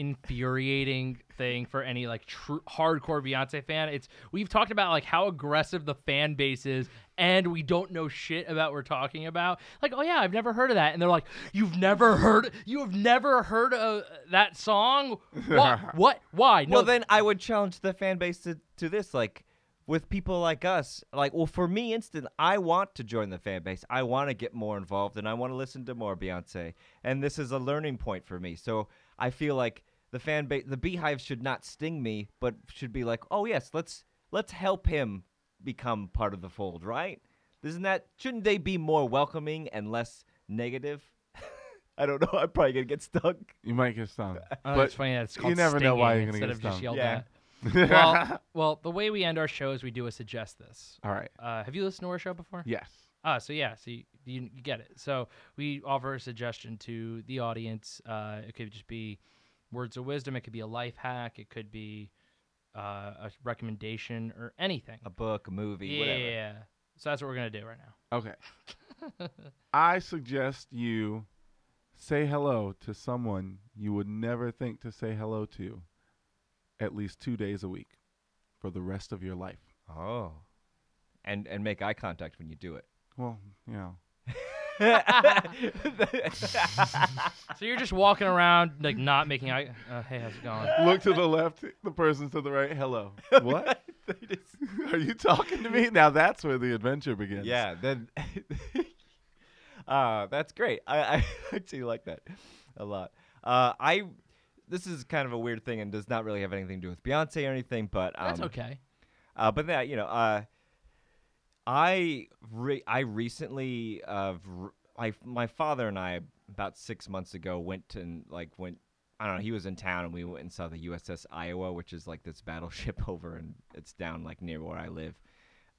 Speaker 1: infuriating thing for any like true hardcore Beyonce fan. It's we've talked about like how aggressive the fan base is, and we don't know shit about what we're talking about. Like, oh yeah, I've never heard of that, and they're like, you've never heard, you have never heard of that song. What? what? Why? No.
Speaker 2: well, then I would challenge the fan base to, to this, like with people like us. Like, well, for me, instant, I want to join the fan base. I want to get more involved, and I want to listen to more Beyonce. And this is a learning point for me. So I feel like the fan base, the Beehive, should not sting me, but should be like, oh yes, let's let's help him become part of the fold, right? Isn't that shouldn't they be more welcoming and less negative? I don't know. I'm probably gonna get stuck.
Speaker 3: you might get
Speaker 2: Uh,
Speaker 3: stung.
Speaker 1: Oh,
Speaker 3: but
Speaker 1: it's funny that it's
Speaker 3: you
Speaker 1: called
Speaker 3: never know why
Speaker 1: stinging instead
Speaker 3: you're gonna
Speaker 1: of
Speaker 3: get
Speaker 1: just
Speaker 3: stung.
Speaker 1: yelled
Speaker 2: Yeah.
Speaker 1: at. well, well, the way we end our show is we do a suggest this.
Speaker 3: all right.
Speaker 1: Uh, have you listened to our show before?
Speaker 3: Yes.
Speaker 1: Ah, so yeah, so you, you you get it. So we offer a suggestion to the audience. Uh, it could just be words of wisdom. It could be a life hack. It could be uh, a recommendation or anything.
Speaker 2: A book, a movie,
Speaker 1: yeah,
Speaker 2: whatever.
Speaker 1: So that's what we're gonna do right now.
Speaker 3: Okay. I suggest you say hello to someone you would never think to say hello to at least two days a week for the rest of your life.
Speaker 2: Oh. And and make eye contact when you do it.
Speaker 3: Well, you know.
Speaker 1: So you're just walking around like not making eye. Uh, hey, how's it going?
Speaker 3: Look to the left, the person's to the right, hello. What? Are you talking to me? Now that's where the adventure begins.
Speaker 2: yeah, then Ah, uh that's great. I, I actually like that a lot. Uh I this is kind of a weird thing and does not really have anything to do with Beyonce or anything, but um,
Speaker 1: That's okay.
Speaker 2: Uh, but that you know, uh, I re- I recently uh, r I my father and I about six months ago went to and like went. I don't know. He was in town, and we went and saw the USS Iowa, which is like this battleship over, and it's down like near where I live,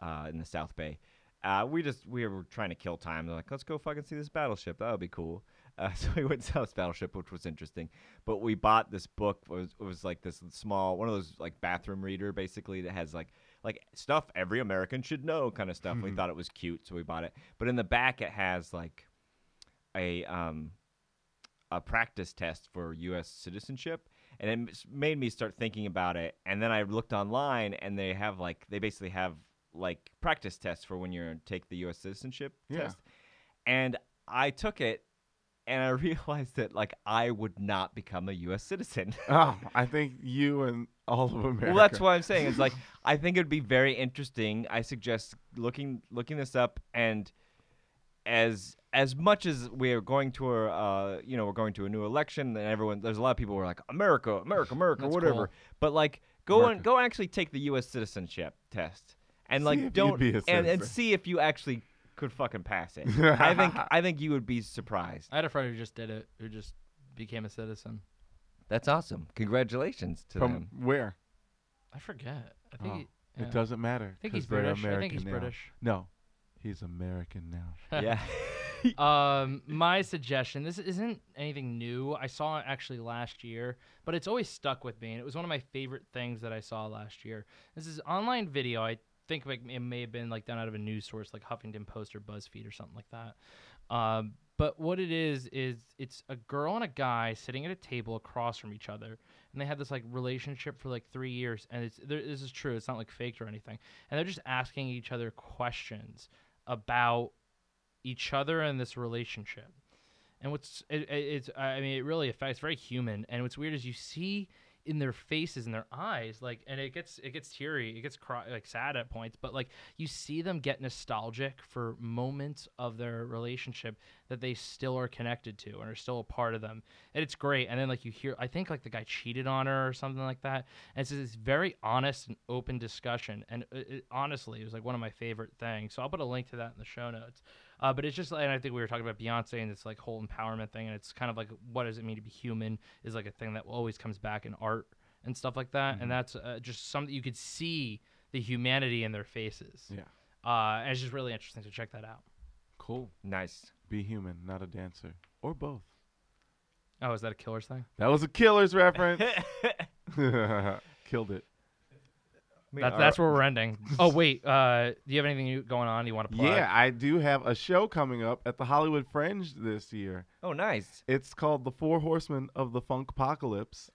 Speaker 2: uh, in the South Bay. Uh, we just we were trying to kill time. They're like, let's go fucking see this battleship. That would be cool. Uh, so we went to this battleship, which was interesting. But we bought this book. It was, it was like this small one of those like bathroom reader, basically that has like like stuff every American should know kind of stuff. we thought it was cute, so we bought it. But in the back, it has like a um a practice test for U.S. citizenship, and it s- made me start thinking about it. And then I looked online, and they have like they basically have like practice tests for when you take the U.S. citizenship
Speaker 3: Yeah.
Speaker 2: test. And I took it, and I realized that like I would not become a U.S. citizen.
Speaker 3: Oh, I think you and all of America.
Speaker 2: Well, that's what I'm saying. It's like I think it'd be very interesting. I suggest looking looking this up and as as much as we're going to a uh, you know we're going to a new election and everyone there's a lot of people who are like America America America
Speaker 1: That's
Speaker 2: whatever
Speaker 1: cool.
Speaker 2: but like go
Speaker 3: America.
Speaker 2: and go actually take the U.S. citizenship test and
Speaker 3: See
Speaker 2: like
Speaker 3: if you'd
Speaker 2: don't
Speaker 3: be a
Speaker 2: and, and
Speaker 3: citizen.
Speaker 2: see if you actually could fucking pass it. I think I think you would be surprised.
Speaker 1: I had a friend who just did it, who just became a citizen.
Speaker 2: That's awesome. Congratulations to
Speaker 3: From
Speaker 2: them.
Speaker 3: where?
Speaker 1: I forget. I think
Speaker 3: Oh,
Speaker 1: he, yeah.
Speaker 3: It doesn't matter.
Speaker 1: I think
Speaker 3: 'cause
Speaker 1: he's
Speaker 3: they're
Speaker 1: British. I
Speaker 3: American
Speaker 1: think he's
Speaker 3: now.
Speaker 1: British.
Speaker 3: No, he's American now.
Speaker 2: yeah.
Speaker 1: Um, my suggestion. This isn't anything new. I saw it actually last year, but it's always stuck with me, and it was one of my favorite things that I saw last year. This is online video. I think like, it may have been like done out of a news source, like Huffington Post or BuzzFeed or something like that. Um, but what it is is it's a girl and a guy sitting at a table across from each other, and they had this like relationship for like three years, and it's there, this is true. It's not like faked or anything, and they're just asking each other questions about each other and this relationship. And what's it, it, it's I mean it really affects very human. And what's weird is you see in their faces and their eyes like and it gets it gets teary, it gets cry, like sad at points, but like you see them get nostalgic for moments of their relationship that they still are connected to and are still a part of them. And it's great. And then like you hear I think like the guy cheated on her or something like that. And it's this very honest and open discussion and it, it- honestly it was like one of my favorite things. So I'll put a link to that in the show notes. Uh, but it's just, and I think we were talking about Beyonce and this like whole empowerment thing, and it's kind of like, what does it mean to be human? Is like a thing that always comes back in art and stuff like that,
Speaker 3: Mm-hmm.
Speaker 1: and that's uh, just something you could see the humanity in their faces.
Speaker 3: Yeah.
Speaker 1: Uh, and it's just really interesting to check that out.
Speaker 3: Cool.
Speaker 2: Nice.
Speaker 3: Be human, not a dancer, or both.
Speaker 1: Oh, is that a killer's thing?
Speaker 3: That was a killer's reference. Killed it.
Speaker 2: We
Speaker 1: That,
Speaker 2: are-
Speaker 1: that's where we're ending. Oh wait, uh, do you have anything you- going on? You want to plug?
Speaker 3: Yeah, I do have a show coming up at the Hollywood Fringe this year.
Speaker 2: Oh, nice.
Speaker 3: It's called The Four Horsemen of the Funk Apocalypse,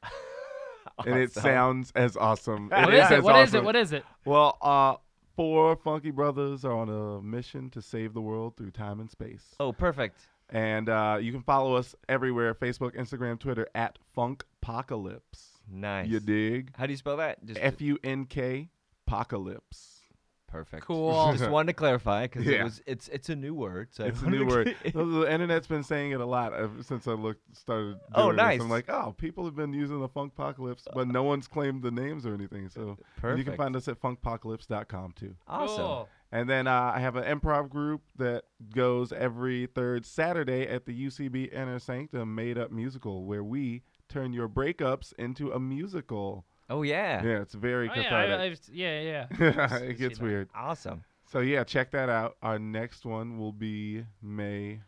Speaker 3: and it
Speaker 2: Awesome.
Speaker 3: sounds as awesome.
Speaker 1: What
Speaker 3: is
Speaker 1: is it?
Speaker 3: as
Speaker 1: What is it?
Speaker 3: awesome.
Speaker 1: What is it?
Speaker 3: Well, uh, four funky brothers are on a mission to save the world through time and space.
Speaker 2: Oh, perfect.
Speaker 3: And uh, you can follow us everywhere Facebook, Instagram, Twitter at Funkpocalypse.
Speaker 2: Nice.
Speaker 3: You dig?
Speaker 2: How do you spell that? Just
Speaker 3: F U N K Apocalypse.
Speaker 2: perfect.
Speaker 1: Cool.
Speaker 2: Just wanted to clarify because it
Speaker 3: Yeah.
Speaker 2: was it's it's a new word. So I
Speaker 3: It's a
Speaker 2: wanted
Speaker 3: new
Speaker 2: to
Speaker 3: word.
Speaker 2: get-
Speaker 3: The internet's been saying it a lot ever since I looked started. Doing
Speaker 2: Oh,
Speaker 3: this.
Speaker 2: nice.
Speaker 3: I'm like, oh, people have been using the Funkpocalypse, but no one's claimed the names or anything. So and you can
Speaker 2: Perfect.
Speaker 3: find us at funkpocalypse.com too.
Speaker 2: awesome.
Speaker 1: Cool.
Speaker 3: And then uh, I have an improv group that goes every third Saturday at the UCB Inner Sanctum Made Up Musical, where we turn your breakups into a musical.
Speaker 2: Oh yeah.
Speaker 3: Yeah, it's very
Speaker 1: Oh, yeah, I,
Speaker 3: cathartic.
Speaker 1: I've, yeah, yeah, yeah.
Speaker 3: it gets
Speaker 1: seen that.
Speaker 3: weird.
Speaker 2: Awesome.
Speaker 3: So yeah, check that out. Our next one will be May,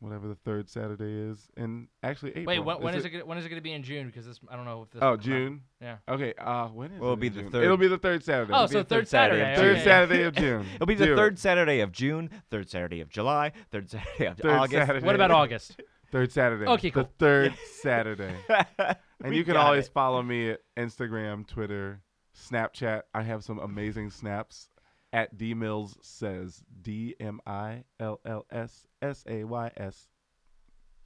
Speaker 3: whatever the third Saturday is, and actually April.
Speaker 1: Wait, what, when is, it? gonna, when is it going to be in June? Because this, I don't know if this.
Speaker 3: Oh,
Speaker 1: will come out.
Speaker 3: June.
Speaker 1: Yeah.
Speaker 3: Okay. Uh, when is
Speaker 2: Well,
Speaker 3: it?
Speaker 2: it'll be
Speaker 3: in
Speaker 2: the
Speaker 3: June?
Speaker 2: third-
Speaker 3: It'll be the third Saturday.
Speaker 1: Oh,
Speaker 3: It'll be
Speaker 1: so
Speaker 3: the
Speaker 1: third Saturday.
Speaker 2: Saturday.
Speaker 1: okay,
Speaker 3: third
Speaker 1: yeah.
Speaker 3: Saturday of June.
Speaker 2: It'll be the
Speaker 3: Do it.
Speaker 2: third Saturday of June, third Saturday of July, third Saturday of
Speaker 3: Third
Speaker 2: August.
Speaker 3: Saturday.
Speaker 1: What about August?
Speaker 3: Third Saturday.
Speaker 1: Okay, cool.
Speaker 3: The third Saturday. And
Speaker 2: We
Speaker 3: you can
Speaker 2: got
Speaker 3: always
Speaker 2: it.
Speaker 3: follow me at Instagram, Twitter, Snapchat. I have some amazing snaps at D Mills says D M I L L S S A Y S.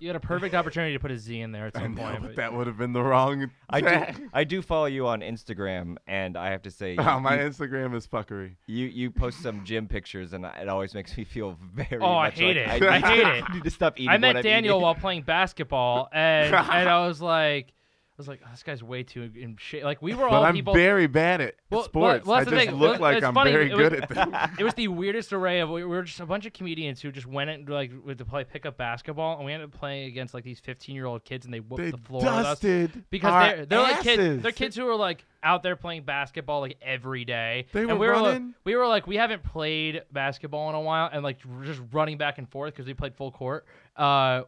Speaker 1: You had a perfect opportunity to put a Z in there at
Speaker 3: I
Speaker 1: some
Speaker 3: know,
Speaker 1: point.
Speaker 3: but
Speaker 1: but-
Speaker 3: that would have been the wrong.
Speaker 2: I do I do follow you on Instagram, and I have to say, you,
Speaker 3: Oh, my
Speaker 2: you,
Speaker 3: Instagram is fucking
Speaker 2: you you post some gym pictures, and I- it always makes me feel very.
Speaker 1: Oh, I
Speaker 2: much
Speaker 1: hate
Speaker 2: like
Speaker 1: it. I
Speaker 2: need-
Speaker 1: hate it.
Speaker 2: need to stop eating.
Speaker 1: I
Speaker 2: what
Speaker 1: met
Speaker 2: I'm
Speaker 1: Daniel
Speaker 2: eating.
Speaker 1: while playing basketball, and and I was like, was like, oh, this guy's way too in shape. Like we were all
Speaker 3: But I'm
Speaker 1: people.
Speaker 3: very bad at
Speaker 1: Well, well,
Speaker 3: sports.
Speaker 1: well,
Speaker 3: I
Speaker 1: that's
Speaker 3: just
Speaker 1: the thing.
Speaker 3: look
Speaker 1: Well,
Speaker 3: like
Speaker 1: it's
Speaker 3: I'm
Speaker 1: funny,
Speaker 3: very
Speaker 1: it was-
Speaker 3: good at them.
Speaker 1: it was the weirdest array of we were just a bunch of comedians who just went and like with to play pickup basketball, and we ended up playing against like these 15 year old kids, and they whooped
Speaker 3: they
Speaker 1: the floor with us
Speaker 3: dusted
Speaker 1: because
Speaker 3: our
Speaker 1: they're they're like kids.
Speaker 3: asses.
Speaker 1: They're kids who are like out there playing basketball like every day.
Speaker 3: They
Speaker 1: and
Speaker 3: were
Speaker 1: we were like,
Speaker 3: running?
Speaker 1: we were like we haven't played basketball in a while, and like r- just running back and forth because we played full court uh,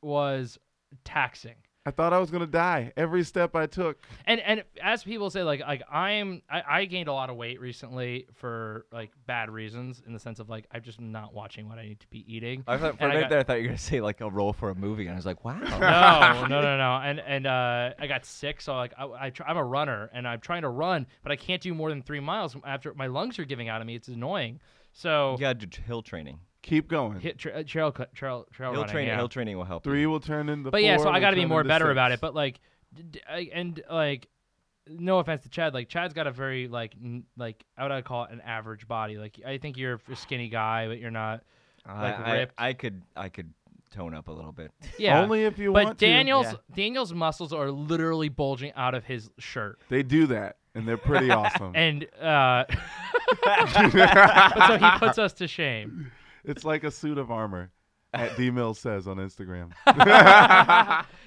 Speaker 1: was taxing.
Speaker 3: I thought I was gonna die every step I took.
Speaker 1: And and as people say, like like I'm I, I gained a lot of weight recently for like bad reasons in the sense of like I'm just not watching what I need to be eating.
Speaker 2: I thought for a
Speaker 1: And I
Speaker 2: minute
Speaker 1: got-
Speaker 2: there, I thought you were gonna say like a role for a movie, and I was like, wow.
Speaker 1: no, no, no, no. And and uh, I got sick, so like I, I try, I'm a runner, and I'm trying to run, but I can't do more than three miles after my lungs are giving out on me. It's annoying. So
Speaker 2: you gotta do t- hill training.
Speaker 3: Keep going.
Speaker 1: hit tra- uh, trail cu- trail trail Oh,
Speaker 2: Hill
Speaker 1: running.
Speaker 2: training.
Speaker 1: yeah.
Speaker 2: Hill training will help.
Speaker 3: Three
Speaker 2: You.
Speaker 3: will turn into.
Speaker 1: but yeah, so
Speaker 3: four,
Speaker 1: I
Speaker 3: will
Speaker 1: got to be
Speaker 3: turn
Speaker 1: more
Speaker 3: into
Speaker 1: better about
Speaker 3: six.
Speaker 1: it. But like, d- d- I- and like, no offense to Chad, like Chad's got a very like n- like I would I call it an average body. Like I think you're a skinny guy, but you're not. like,
Speaker 2: I, I-
Speaker 1: ripped.
Speaker 2: I could I could tone up a little bit.
Speaker 1: Yeah.
Speaker 3: Only if you
Speaker 1: but
Speaker 3: want to.
Speaker 1: Daniel's
Speaker 2: Yeah.
Speaker 1: Daniel's muscles are literally bulging out of his shirt,
Speaker 3: They do that, and they're pretty awesome.
Speaker 1: and uh, so he puts us to shame.
Speaker 3: It's like a suit of armor. At D Mills says on Instagram.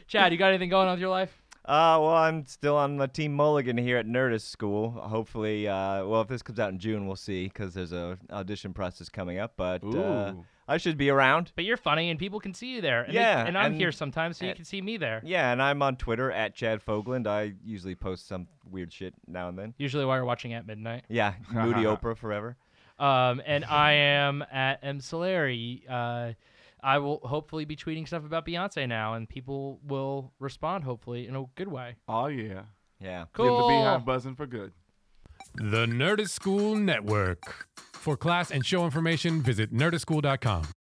Speaker 1: Chad, you got anything going on with your life?
Speaker 2: Uh, well, I'm still on the team Mulligan here at Nerdist School. Hopefully, uh, well, if this comes out in June, we'll see because there's a audition process coming up. But uh,
Speaker 3: Ooh.
Speaker 2: I should be around.
Speaker 1: But you're funny, and people can see you there. And they-
Speaker 2: Yeah,
Speaker 1: and I'm
Speaker 2: and-
Speaker 1: here sometimes, so you
Speaker 2: and-
Speaker 1: can see me there.
Speaker 2: Yeah, and I'm on Twitter at Chad Fogland. I usually post some weird shit now and then.
Speaker 1: Usually while you're watching at midnight.
Speaker 2: Yeah, Moody Oprah forever.
Speaker 1: Um, and I am at M Solari. Uh, I will hopefully be tweeting stuff about Beyonce now, and people will respond hopefully in a good way.
Speaker 3: Oh yeah.
Speaker 2: Yeah.
Speaker 3: Get the
Speaker 1: Cool.
Speaker 3: beehive buzzing for good.
Speaker 5: The Nerdist School Network. For class and show information, visit nerdistschool.com.